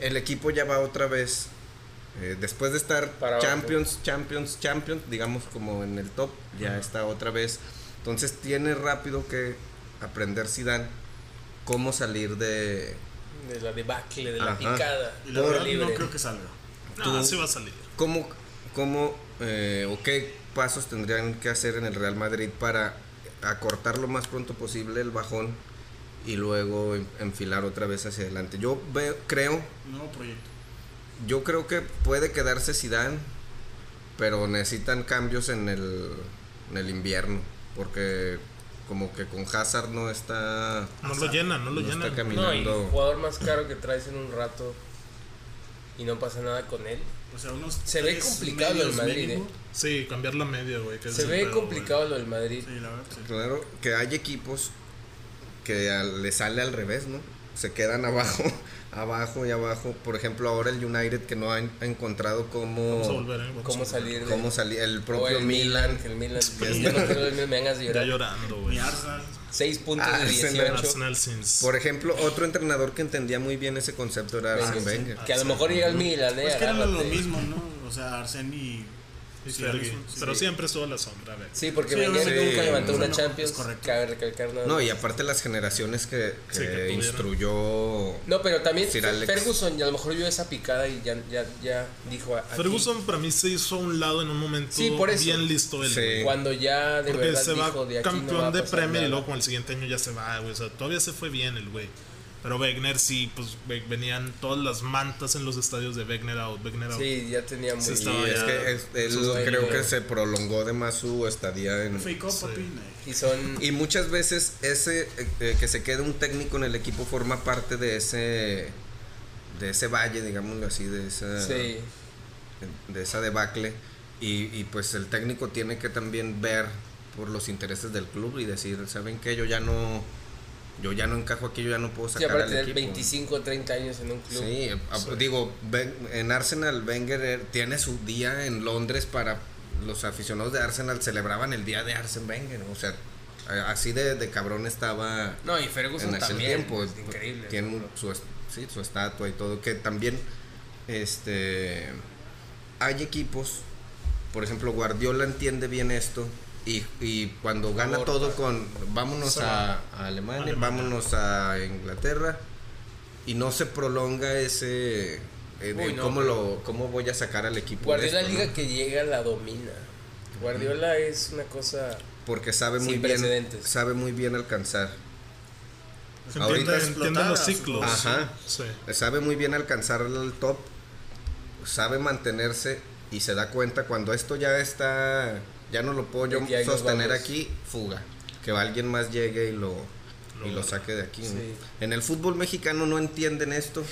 D: El equipo ya va otra vez Eh, después de estar
C: Para abajo.
D: Champions, Champions, Champions, digamos como en el top, ya está otra vez. Entonces tiene rápido que aprender Zidane cómo salir de
C: De la debacle, de la
D: Ajá.
C: picada.
B: Y la
C: Por
B: verdad no
C: libre.
B: creo que salga.
A: Ah, sí va a salir.
D: cómo, cómo eh, o qué pasos tendrían que hacer en el Real Madrid para acortar lo más pronto posible el bajón y luego en- enfilar otra vez hacia adelante. Yo veo, creo
B: Nuevo proyecto.
D: Yo creo que puede quedarse Zidane, pero necesitan cambios en el, en el invierno, porque como que con Hazard no está,
A: No lo llenan, no lo
D: no está
A: llenan.
C: No, y
D: caminando.
C: jugador más caro que traes en un rato y no pasa nada con él.
B: O sea, unos.
C: Se ve
B: tres
C: complicado
B: medios
C: el Madrid,
B: mínimo.
C: eh.
A: Sí, cambiar la media, güey. que es
C: Se
A: el
C: ve
A: pedo, güey.
C: complicado lo del Madrid.
B: Sí, la verdad. sí.
D: Claro que hay equipos que a- le sale al revés, ¿no? Se quedan abajo, abajo y abajo. Por ejemplo, ahora el United que no ha en- ha
A: Vamos
D: encontrado
A: a
D: cómo,
A: volver, eh, vamos
C: ¿Cómo
A: a volver.
C: salir? de-
D: cómo salir. El
C: o
D: propio
C: el
D: Milan,
C: que el Milan. Yo no quiero el Milan, me hagas
A: Ya
C: llorar.
A: llorando, güey.
B: Ni Arsenal.
C: 6 puntos de
D: Arsenal.
C: 18.
A: Arsenal Sins.
D: Por ejemplo, otro entrenador que entendía muy bien Ah, ese concepto era Arsène
C: Venga, sí.
D: Wenger.
C: Que a lo mejor llega al Milan, eh.
B: Pues que eran lo
C: agárrate.
B: mismo, ¿no? O sea, Arsen y.
A: Y
B: sí,
A: Fergie.
B: Alisson, sí.
A: Pero siempre estuvo a la sombra, güey.
C: Sí,
B: Sí,
C: porque Wenger
D: obviamente.
C: nunca
D: Sí,
C: levantó
D: no,
C: una
B: no,
C: Champions.
B: es correcto.
C: Cabe recalcar nada.
D: No, y aparte las generaciones que, que
A: Sí, que tuvieron.
D: instruyó.
C: No, pero también
D: Sir Alex.
C: Ferguson, y a lo mejor vio esa picada y ya, ya, ya dijo a- aquí,
A: Ferguson para mí se hizo a un lado en un momento
C: Sí, por eso.
A: bien listo él.
D: Sí.
A: güey.
C: cuando ya de
A: Porque
C: verdad
A: se va
C: dijo de aquí
A: campeón
C: no va a
A: de
C: pasar
A: Premier y
C: nada".
A: luego con el siguiente año ya se va, güey. O sea, todavía se fue bien el güey. Pero Wegner sí, pues ve- venían todas las mantas en los estadios de Wegner out, Wegner out.
C: Sí, ya tenía muy
A: Sí,
D: Y
A: estaba ya-
D: es que es- él
C: Sus dueños.
D: creo que se prolongó de más su estadía en.
B: Fake up,
A: Sí.
B: papi. eh.
C: y son
D: Y muchas veces ese eh, eh, que se quede un técnico en el equipo forma parte de ese de ese valle, digámoslo así, de esa
C: sí,
D: de esa debacle y, y pues el técnico tiene que también ver por los intereses del club y decir, ¿saben qué? Yo ya no yo ya no encajo aquí, yo ya no puedo
C: sí,
D: sacar
C: aparte
D: al
C: tener
D: equipo.
C: 25 o 30 años en un club.
D: Sí, a- digo, Wen- en Arsenal Wenger eh, tiene su día en Londres para los aficionados de Arsenal celebraban el día de Arsene Wenger, o sea, a- así de, de cabrón estaba
C: No, y
D: en
C: Ferguson
D: aquel
C: también.
D: tiempo, pues,
C: es increíble.
D: tiene
C: ¿no?
D: su, es- sí, su estatua y todo, que también este hay equipos, por ejemplo, Guardiola entiende bien esto. Y, y cuando gana
C: Aborta.
D: todo con vámonos
A: Se
D: a, a Alemania,
A: Alemania.
D: vámonos a Inglaterra, y no se prolonga ese eh, de
C: Uy, no,
D: cómo
C: pero-
D: lo cómo voy a sacar al equipo de
C: Guardiola
D: esto,
C: liga
D: ¿no?
C: que llega la domina. Guardiola es una cosa
D: porque sabe muy
C: sin
D: bien
C: precedentes.
D: sabe muy bien alcanzar
A: Entiende,
D: Ahorita
A: entiende los
B: explotada,
A: ciclos.
D: supongo. Ajá.
A: Sí.
D: sabe muy bien alcanzar el top sabe mantenerse y se da cuenta cuando esto ya está ya no lo puedo yo
C: De que ahí nos
D: sostener
C: vamos.
D: aquí fuga que alguien más llegue y lo y
A: Lo-
D: lo saque de aquí ¿no?
C: Sí.
D: en el fútbol mexicano no entienden esto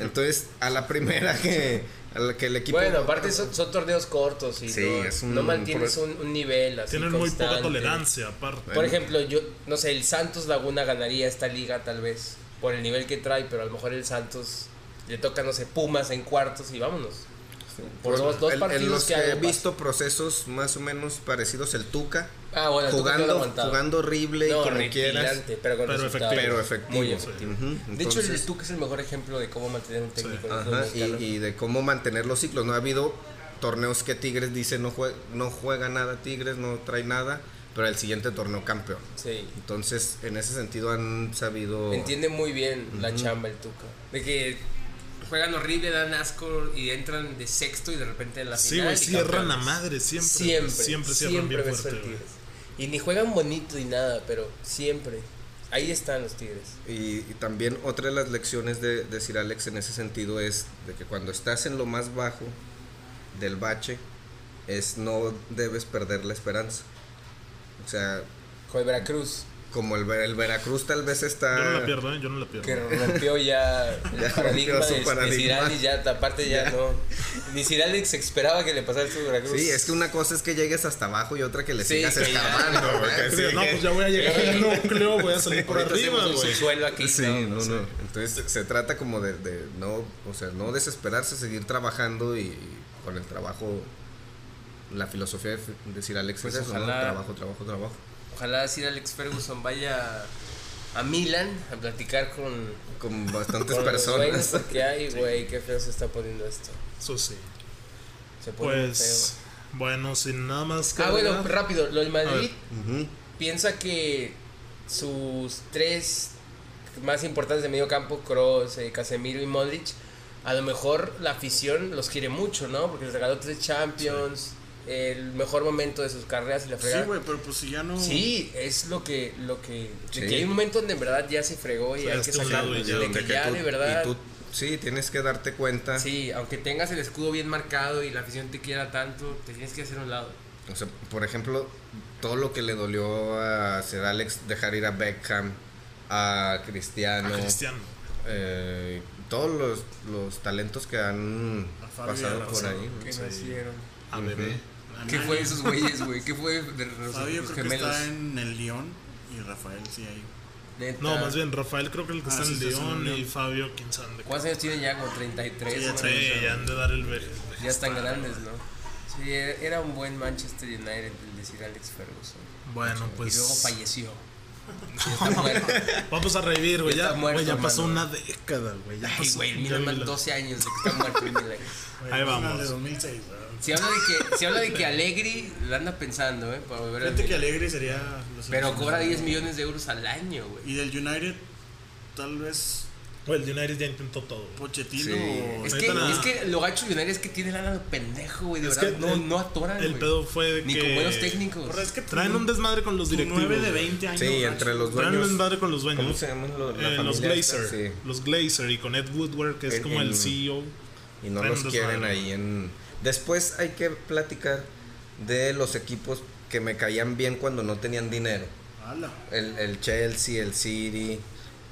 D: entonces a la primera que a la que el equipo
C: Bueno, aparte son, son torneos cortos y
D: Sí,
C: no,
D: es un-
C: no mantienes un, un nivel así
A: Tienen muy poca
C: constante.
A: tolerancia, aparte.
C: Por ejemplo, yo no sé, el Santos Laguna ganaría esta liga tal vez por el nivel que trae, pero a lo mejor el Santos le toca no sé Pumas en cuartos y vámonos. Por los dos
D: en- en,
C: partidos
D: los
C: que
D: que,
C: hago,
D: he
C: pasa.
D: visto procesos más o menos parecidos el Tuca
C: Ah, bueno, tú te lo
D: jugando
C: aguantado.
D: jugando horrible
C: no,
D: y como quieras
C: repilante, pero con
A: pero
C: resultados.
D: pero efectivo
C: Muy efectivo.
D: Ujú,
C: de hecho,
D: entonces-
C: el Tuca es el mejor ejemplo de cómo mantener un técnico en el fútbol
D: Ajá, y,
C: mexicano.
D: y de cómo mantener los ciclos. No ha habido torneos que Tigres dice no juega, no juega nada Tigres, no trae nada, pero el siguiente torneo campeón.
C: Sí.
D: Entonces, en ese sentido han sabido...
C: Entiende muy bien la chamba el Tuca. De que juegan horrible, dan asco y entran de sexto y de repente en la
A: Sí,
C: final.
A: güey,
C: y
A: cierran a
C: campeones.
A: madre, siempre.
C: Siempre,
A: güey. Siempre cierran bien
C: ves
A: fuerte,
C: al
A: güey.
C: Tigres. Y ni juegan bonito ni nada, pero siempre. Ahí están los Tigres.
D: Y, y también otra de las lecciones de, de Sir Alex en ese sentido es de que cuando estás en lo más bajo del bache, es no debes perder la esperanza. O sea,
C: Con el Veracruz,
D: como el, Ver- el Veracruz tal vez
A: Yo
C: Ah.
A: no la
D: está...
A: pierdo, ¿eh? yo no la pierdo.
C: que rompió ya el
D: Ya
C: paradigma
D: rompió su
C: de, de
D: paradigma.
C: Sir Alex, ya aparte ya, no. Ni Sir Alex esperaba que le pasara su Veracruz.
D: Sí, es que una cosa es que llegues hasta abajo y otra que le
C: Sí,
D: sigas
C: que ya.
D: escarbando. güey, que
A: Sí, no,
D: sigue.
A: pues ya voy a llegar al núcleo, voy a salir por
C: Ahorita hacemos
A: arriba,
C: un
A: güey.
C: subsuelo aquí.
D: Sí,
C: ¿no?
D: no, no. Entonces se- se trata como de, de no, o sea, no desesperarse, seguir trabajando y, y con el trabajo, la filosofía de, de Sir Alex
C: Pues
D: es eso, ¿no?
C: ojalá-
D: trabajo, trabajo, trabajo.
C: Ojalá Sir Alex Ferguson vaya a Milan a platicar con,
D: con bastantes
C: con los
D: personas.
C: dueños porque hay, güey, qué feo se está poniendo esto.
A: Eso sí.
C: Se pone
A: Pues, bueno, sin nada más
C: feo. Ah, bueno,
A: agregar.
C: rápido, lo del Madrid
D: Ujú.
C: piensa que sus tres más importantes de medio campo, Kroos, eh, Casemiro y Modric, a lo mejor la afición los quiere mucho, ¿no? Porque les regaló tres Champions, el mejor momento de sus carreras y la
B: Sí,
C: fregada.
B: güey, pero pues si ya no.
C: Sí, es lo que, lo que, de
D: Sí.
C: que hay un momento donde en verdad ya se fregó y
A: Sí,
C: hay que
A: hasta un
C: sacarlo,
A: lado y
C: de
A: ya donde
C: que ya
D: tú-
C: de verdad,
D: y tú, sí, tienes que darte cuenta.
C: sí, aunque tengas el escudo bien marcado y la afición te quiera tanto, te tienes que hacer a un lado.
D: O sea, por ejemplo, todo lo que le dolió a Sir Alex dejar ir a Beckham, a Cristiano,
A: A Cristiano.
D: eh, todos los, los talentos que han
B: A Fabio y
D: pasado
B: a
D: por
A: Lozano.
D: ahí.
C: Que
A: Sí.
C: no hicieron.
A: A eh. Bebé.
B: A
F: ¿Qué
B: nadie.
F: fue de esos güeyes, güey? ¿Qué fue de los,
B: Fabio
F: los
B: creo que
F: gemelos?
B: está en el León y Rafael sí ahí.
F: Neta.
A: No, más bien, Rafael creo que el que
B: Ah,
A: está
B: sí,
A: en
B: sí, sí,
A: León
B: León.
A: y Fabio, quién sabe. dónde.
F: ¿Cuántos años tienen ya? Como 33.
B: Sí, ya
F: ¿no?
A: Sí, ya han de dar el ver.
F: Ya están grandes, ¿no? Sí, era era un buen Manchester United el decir Alex Ferguson.
A: Bueno,
F: Y luego
A: pues.
F: falleció. Y está muerto.
A: Vamos a revivir, güey.
F: Ya
A: Ya,
F: está muerto,
A: güey, ya pasó
F: mano.
A: una década, güey. Ya
F: Ay,
A: pasó-
F: güey, el
A: ya
F: Milan
A: vi
F: más
A: la-
F: 12 años de que está muerto el Milan.
A: Ahí
B: Fue final
A: vamos.
B: de 2006, güey.
F: Si habla de que, si habla de que Allegri la anda pensando, ¿eh? Para volver al
B: Fíjate que
F: Milan.
B: Alegre sería. la
F: Pero
B: selección.
F: cobra 10 millones de euros al año, güey.
B: Y del United, tal vez
A: Güey, el United ya intentó todo. güey.
B: Pochettino.
D: Sí.
B: o-
F: Es que,
A: Pues, Neta, la-
F: es que lo gacho de United es que tiene lana de pendejo, güey. De
A: Es
F: verdad,
A: que
F: no,
A: el-
F: no atoran,
A: El
F: güey.
A: pedo fue de
F: Ni
A: que.
F: con buenos
B: Pero es
F: técnicos.
B: que tu-
A: Traen un desmadre con los
B: tu
A: directivos.
B: 9 de
A: güey.
B: 20 años.
D: Sí,
B: gacho.
D: entre los
A: Traen un
D: dueños.
A: desmadre con los dueños.
D: ¿Cómo se llaman lo- la
A: Eh,
D: familia
A: los
D: esta?
A: Glazer.
D: Sí.
A: Los Glazer y con Ed Woodward, que es
D: En-
A: como el E
D: en-
A: CEO.
D: Y no
A: Traen
D: los
A: un
D: quieren
A: desmadre.
D: ahí en... Después hay que platicar de los equipos que me caían bien cuando no tenían dinero.
B: Ala.
D: El, el Chelsea, el City.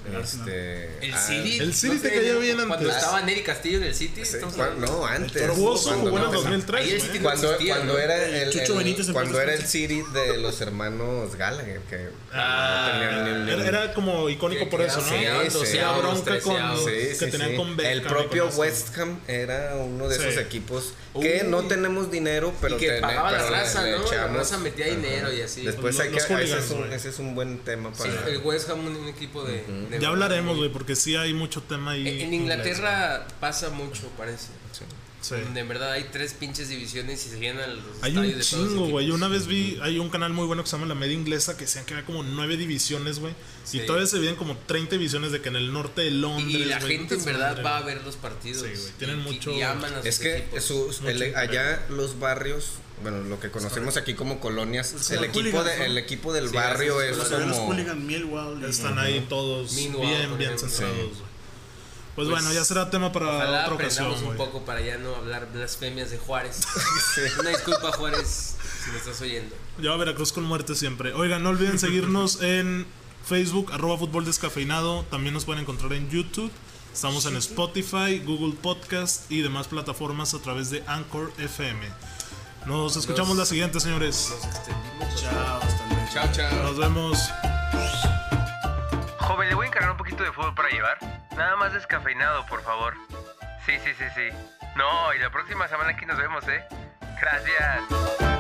B: El Arsenal.
D: este,
F: El
D: ah,
F: City.
A: El City te
F: sé,
A: cayó bien
F: Cuando
A: antes.
F: estaba Neri Castillo en el City.
D: Sí,
F: estamos
D: cua-
F: hablando-
D: no, antes.
A: Jugó su
D: cuando
A: bueno en
D: no,
A: 2003.
F: Ayer sí
A: güey.
F: tiene-
D: Cuando,
F: existía,
D: cuando
F: ¿no?
D: era
B: El
D: el,
B: Chucho
D: el-
B: Benítez en
D: cuando
B: paz
D: era el
B: descanse.
D: City de los hermanos Gallagher que
A: Ah,
D: no tenían ni un-
A: era, era como icónico
F: Que-
A: por
F: que
A: eso, ¿no?
D: sí,
A: Era
D: sí,
A: bronca
F: los
A: con-
F: treceavos.
A: que
D: Sí, sí,
A: tenían
D: sí.
A: con Beckham
D: el
A: y
D: propio
A: con eso.
D: West Ham era uno de
A: Sí. Uh.
D: esos equipos que
F: Uy.
D: no tenemos dinero pero
F: y que
D: tene-
F: pagaba la
D: pero le-
F: raza,
D: le
F: ¿no? La
D: echamos.
F: raza metía dinero y así.
D: después
A: Los-
D: hay que
A: los
D: ese es,
A: hooligans,
D: un,
A: güey.
D: ese es un buen tema
F: Sí,
D: para
F: el West Ham un equipo de... de-
A: Ya hablaremos, güey, porque sí hay mucho tema ahí.
F: En en Inglaterra pasa mucho, parece.
D: Sí.
A: Sí.
F: Donde en verdad hay tres pinches divisiones y se llenan los
A: Hay
F: estadios de
A: un
F: todos los
A: chingo, güey.
F: equipos.
A: Una vez vi, hay un canal muy bueno que se llama La Media Inglesa que decían que había como nueve divisiones, güey.
F: Sí.
A: Y todavía se veían como 30 divisiones de que en el norte de Londres.
F: Y la
A: güey,
F: gente en
A: puta
F: verdad
A: madre,
F: va a
A: güey.
F: ver los partidos.
A: Sí, güey, tienen
F: Y-
A: mucho-
F: Y aman a sus
D: Es que
F: equipos.
D: su- el-
A: mucho
D: allá los barrios, bueno, lo que conocemos aquí como colonias,
B: Pues
D: el
B: como
D: equipo
B: hooligans, ¿no?
D: de, el equipo del
F: Sí,
D: barrio
F: así
D: es
F: es,
B: Los hermanos
D: como
B: Hooligan, Millwall. y-
A: Están ahí todos
F: Meanwhile,
A: bien,
F: por
A: bien
F: ejemplo.
A: centrados,
D: Sí.
A: güey. Pues, bueno, ya será tema para
F: Ojalá
A: otra
F: aprendamos
A: ocasión,
F: un
A: güey.
F: poco para ya no hablar blasfemias de Juárez. Una disculpa, Juárez, si me estás oyendo.
A: Ya va Veracruz con muerte siempre. Oigan, no olviden seguirnos en Facebook, arroba fútbol descafeinado. También nos pueden encontrar en YouTube. Estamos en Spotify, Google Podcast y demás plataformas a través de Anchor FM. Nos escuchamos la siguiente, señores.
F: Nos extendimos.
B: Chao, hasta luego.
F: Chao, chao.
A: Nos vemos.
G: Joven, le voy a encargar un poquito de fútbol para llevar. Nada más descafeinado, por favor. Sí, sí, sí, sí. No, y la próxima semana aquí nos vemos, ¿eh? Gracias.